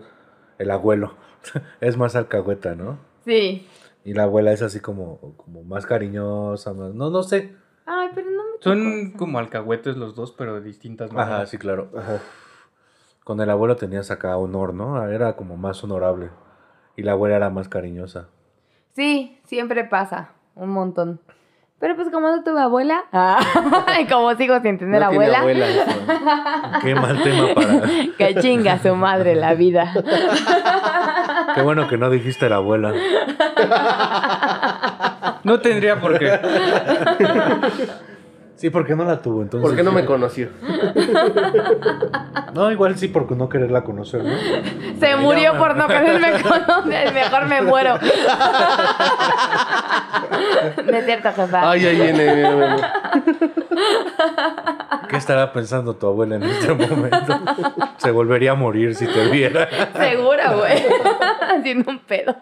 D: El abuelo es más alcahueta, ¿no?
B: Sí.
D: Y la abuela es así como, como más cariñosa, más- no, no sé.
B: Ay, pero no me
C: Son como alcahuetes los dos, pero de distintas maneras.
D: Ajá, sí, claro. Con el abuelo tenías acá honor, ¿no? Era como más honorable. Y la abuela era más cariñosa.
B: Sí, siempre pasa. Un montón. Pero pues como no tuve abuela, ah, y como sigo sin tener
E: No tiene
B: abuela,
E: abuela. eso.
D: Qué mal tema para...
B: que chinga su madre la vida.
D: Qué bueno que no dijiste la abuela.
C: No tendría por qué.
D: Sí, porque no la tuvo entonces.
E: ¿Por qué no me conoció?
D: No, igual sí, porque no quererla conocer, ¿no?
B: Se murió por no quererme conocer, mejor me muero. No es cierto, jefa.
E: Ay, ahí viene. mira, mira, mira.
D: ¿Qué estará pensando tu abuela en este momento? Se volvería a morir si te viera.
B: Seguro, güey. Haciendo un pedo.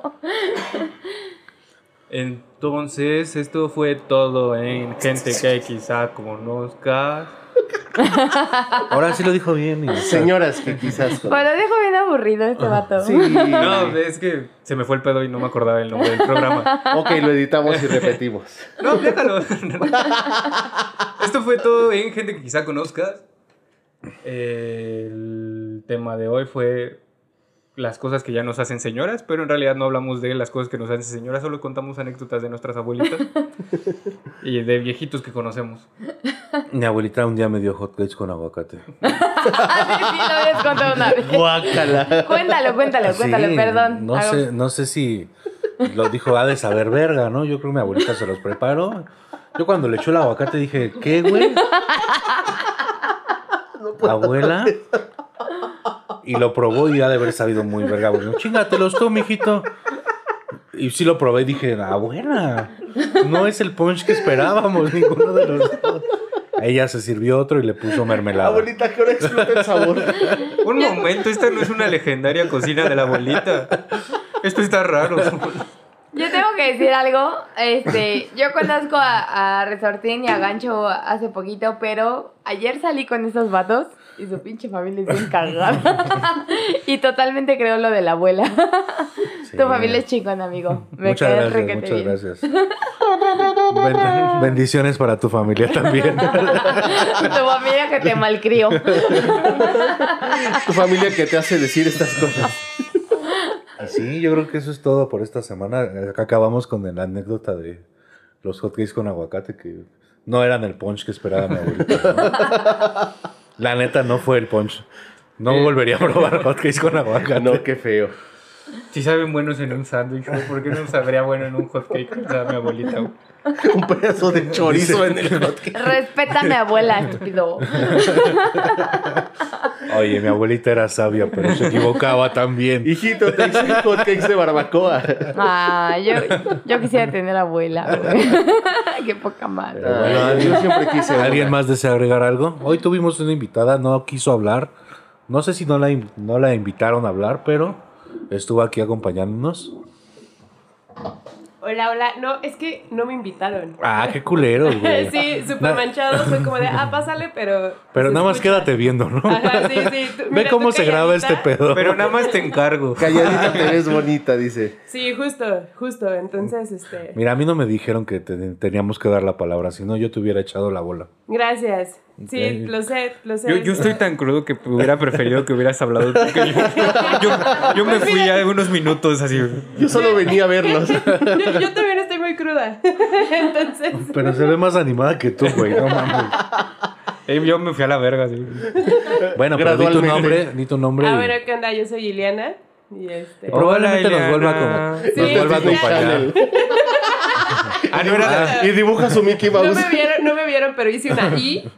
C: Entonces, esto fue todo en gente que quizá conozcas.
D: Ahora sí lo dijo bien. y-
E: Señoras que quizás.
B: Bueno, dejo bien aburrido este vato.
E: Sí.
C: No, es que se me fue el pedo y no me acordaba el nombre del programa.
E: Ok, lo editamos y repetimos.
C: No, déjalo. Esto fue todo en gente que quizá conozcas. El tema de hoy fue las cosas que ya nos hacen señoras, pero en realidad no hablamos de las cosas que nos hacen señoras, solo contamos anécdotas de nuestras abuelitas y de viejitos que conocemos.
D: Mi abuelita un día me dio hot cakes con aguacate.
B: Así sí lo habías contado una vez.
E: Guácala.
B: Cuéntalo, cuéntalo, cuéntalo,
D: Sí,
B: perdón.
D: No
B: Hago-
D: sé, no sé si lo dijo, ha de saber verga, ¿no? Yo creo que mi abuelita se los preparó. Yo cuando le echó el aguacate dije, ¿qué, güey? Abuela. Y lo probó y ha de haber sabido muy verga, güey. No, chingatelos tú, mijito. Y sí lo probé y dije, abuela, no es el punch que esperábamos, ninguno de los dos. A ella se sirvió otro y le puso mermelada.
E: Abuelita, que ahora explota el sabor.
C: Un momento, esta no es una legendaria cocina de la abuelita. Esto está raro.
B: Yo tengo que decir algo. Este, yo conozco a, a Resortín y a Gancho hace poquito, pero ayer salí con esos vatos y su pinche familia es bien cagada. y totalmente creo lo de la abuela.
D: Sí.
B: Tu familia es chingón, amigo. Me
D: muchas
B: caes
D: gracias,
B: requete
D: muchas
B: bien.
D: gracias. Ben- bendiciones para tu familia también.
B: tu familia que te malcrió.
E: Tu familia que te hace decir estas cosas.
D: Sí, yo creo que eso es todo por esta semana. Acá acabamos con la anécdota de los hotcakes con aguacate que no eran el punch que esperaba mi abuelita. ¿no? La neta no fue el punch. No
C: Eh.
D: volvería a probar hotcakes con aguacate.
E: No, qué feo.
C: Si saben buenos en un sándwich, güey, ¿por qué no sabría bueno en un hot cake? Pensaba mi abuelita. güey.
E: Un pedazo de chorizo en el hotcake.
B: Respeta a mi abuela, estúpido.
D: Oye, mi abuelita era sabia, pero se equivocaba también.
E: Hijito, te hice hotcakes de barbacoa.
B: Ah, yo, yo quisiera tener abuela. güey. Qué poca madre.
D: Pero bueno,
E: Ay, Ah, yo siempre quise. una.
D: ¿Alguien más desea agregar algo? Hoy tuvimos una invitada, no quiso hablar. No sé si no la, in- no la invitaron a hablar, pero estuvo aquí acompañándonos.
F: Hola, hola. No, es que no me invitaron.
D: Ah, qué culero, güey.
F: Sí, súper
D: Na-
F: manchado. Fue como de, ah, pásale, pero.
D: Pero
F: se
D: nada más
F: escucha.
D: quédate viendo, ¿no?
F: Ajá, sí, sí. tú-
D: Ve
F: mira, tú
D: cómo se graba este
F: calladita.
D: pedo.
C: Pero nada más te encargo.
E: Calladita te ves bonita, dice.
F: Sí, justo, justo. Entonces, este.
D: Mira, a mí no me dijeron que te- teníamos que dar la palabra, si no yo te hubiera echado la bola.
F: Gracias.
D: Ok.
F: Sí, lo sé, lo sé.
C: Yo, yo estoy tan crudo que hubiera preferido que hubieras hablado tú que yo. Yo, yo me fui ya de unos minutos así.
E: Yo solo venía a verlos.
F: yo, yo también estoy muy cruda. Entonces.
D: Pero se ve más animada que tú, güey. No mames.
C: Eh, Yo me fui a la verga así.
D: Bueno, pero di tu
E: Gradualmente.
D: nombre, di tu nombre.
F: Ah,
D: y-
F: bueno, ¿qué onda? Yo soy Liliana. Y este.
D: Probablemente
C: Hola,
D: nos vuelva,
C: Eliana.
D: como,
F: Sí,
D: nos vuelva a
F: Disney
D: acompañar.
C: Ah, no era la-
E: Y dibuja su Mickey
F: No
E: Mouse.
F: me vieron, no me vieron, pero hice una I.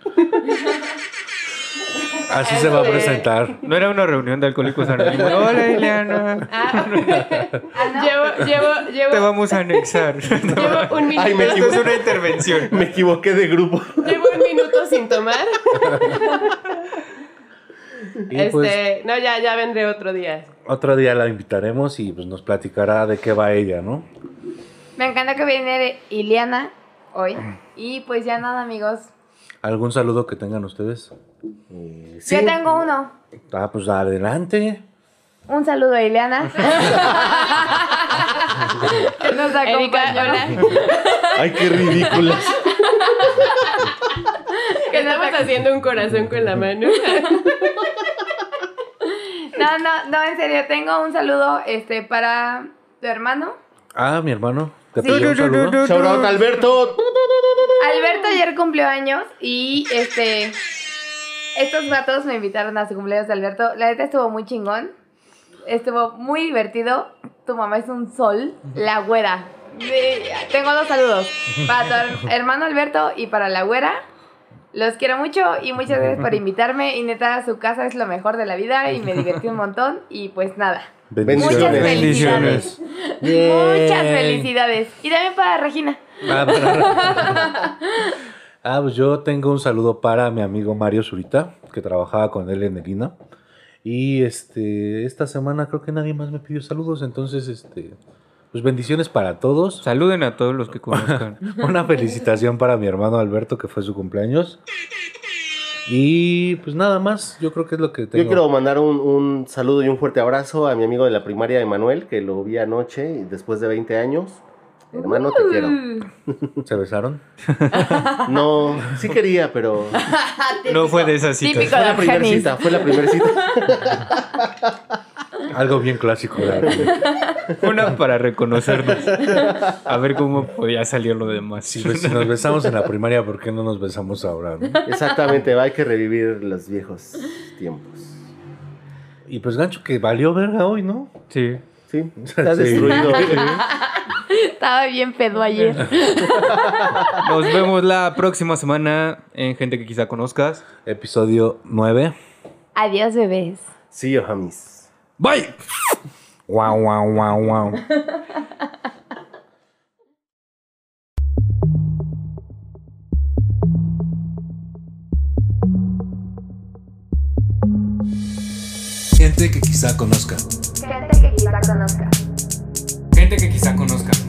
D: Así se va a
F: Este-
D: presentar.
C: no era una reunión de alcohólicos anónimos. Hola, Eliana.
F: Ah, llevo, llevo, llevo.
C: Te vamos a anexar. Esto
F: Llevo un minuto.
E: Ay, me
C: es una intervención.
E: Me equivoqué de grupo.
F: Llevo un minuto sin tomar.
D: Y
F: este,
D: pues
F: no, ya, ya vendré otro día.
D: otro día la invitaremos y pues nos platicará de qué va ella, ¿no?
B: Me encanta que viene Iliana hoy. Y pues ya nada, amigos.
D: ¿Algún saludo que tengan ustedes?
B: Yo tengo uno.
D: Ah, pues adelante.
B: Un saludo a Ileana. que nos acompañó.
F: Erika,
E: Ay, qué ridículas.
F: Que estamos haciendo un corazón con la mano.
B: No, no, no, en serio, tengo un saludo este para tu hermano.
D: Ah, mi hermano. ¿Te pidió un saludo?
E: Shout out, Alberto.
B: Alberto ayer cumplió años y este estos gatos me invitaron a su cumpleaños de Alberto. La neta estuvo muy chingón. Estuvo muy divertido. Tu mamá es un sol, la güera. Sí, Tengo dos saludos. Para tu her- hermano Alberto y para la güera. Los quiero mucho y muchas gracias por invitarme. Y neta, su casa es lo mejor de la vida y me divertí un montón. Y pues nada. Muchas
E: Bendiciones.
B: felicidades. Muchas felicidades. Y también para Regina.
D: Ah, para- Ah, pues yo tengo un saludo para mi amigo Mario Zurita, que trabajaba con él en el INA. Y este, esta semana creo que nadie más me pidió saludos, entonces este, pues bendiciones para todos.
C: Saluden a todos los que conozcan.
D: Una felicitación para mi hermano Alberto, que fue su cumpleaños. Y pues nada más, yo creo que es lo que tengo.
E: Yo quiero mandar un, un saludo y un fuerte abrazo a mi amigo de la primaria, Emanuel, que lo vi anoche y después de 20 años. Hermano, te quiero.
D: ¿Se besaron?
E: No, sí quería, pero fue
C: No fue de esas citas.
B: Típico de
E: la primera
B: Argenis.
E: cita, fue la primera cita.
D: Algo bien clásico. la verdad.
C: Una para reconocernos. A ver cómo podía salir lo demás.
D: Si bes- nos besamos en la primaria, ¿por qué no nos besamos ahora? no?
E: Exactamente, hay que revivir los viejos tiempos.
D: Y pues gancho que valió verga hoy, ¿no?
C: Sí.
E: Sí, estás
D: Sí.
E: destruido.
B: Estaba bien pedo ayer.
C: Nos vemos la próxima semana en Gente que quizá conozcas.
D: Episodio 9.
B: Adiós, bebés.
E: Sí, yo, Jamis.
C: ¡Bye!
D: Wow, wow, wow, wow. Gente que quizá conozca.
B: Gente que quizá conozca.
C: Gente que quizá conozca.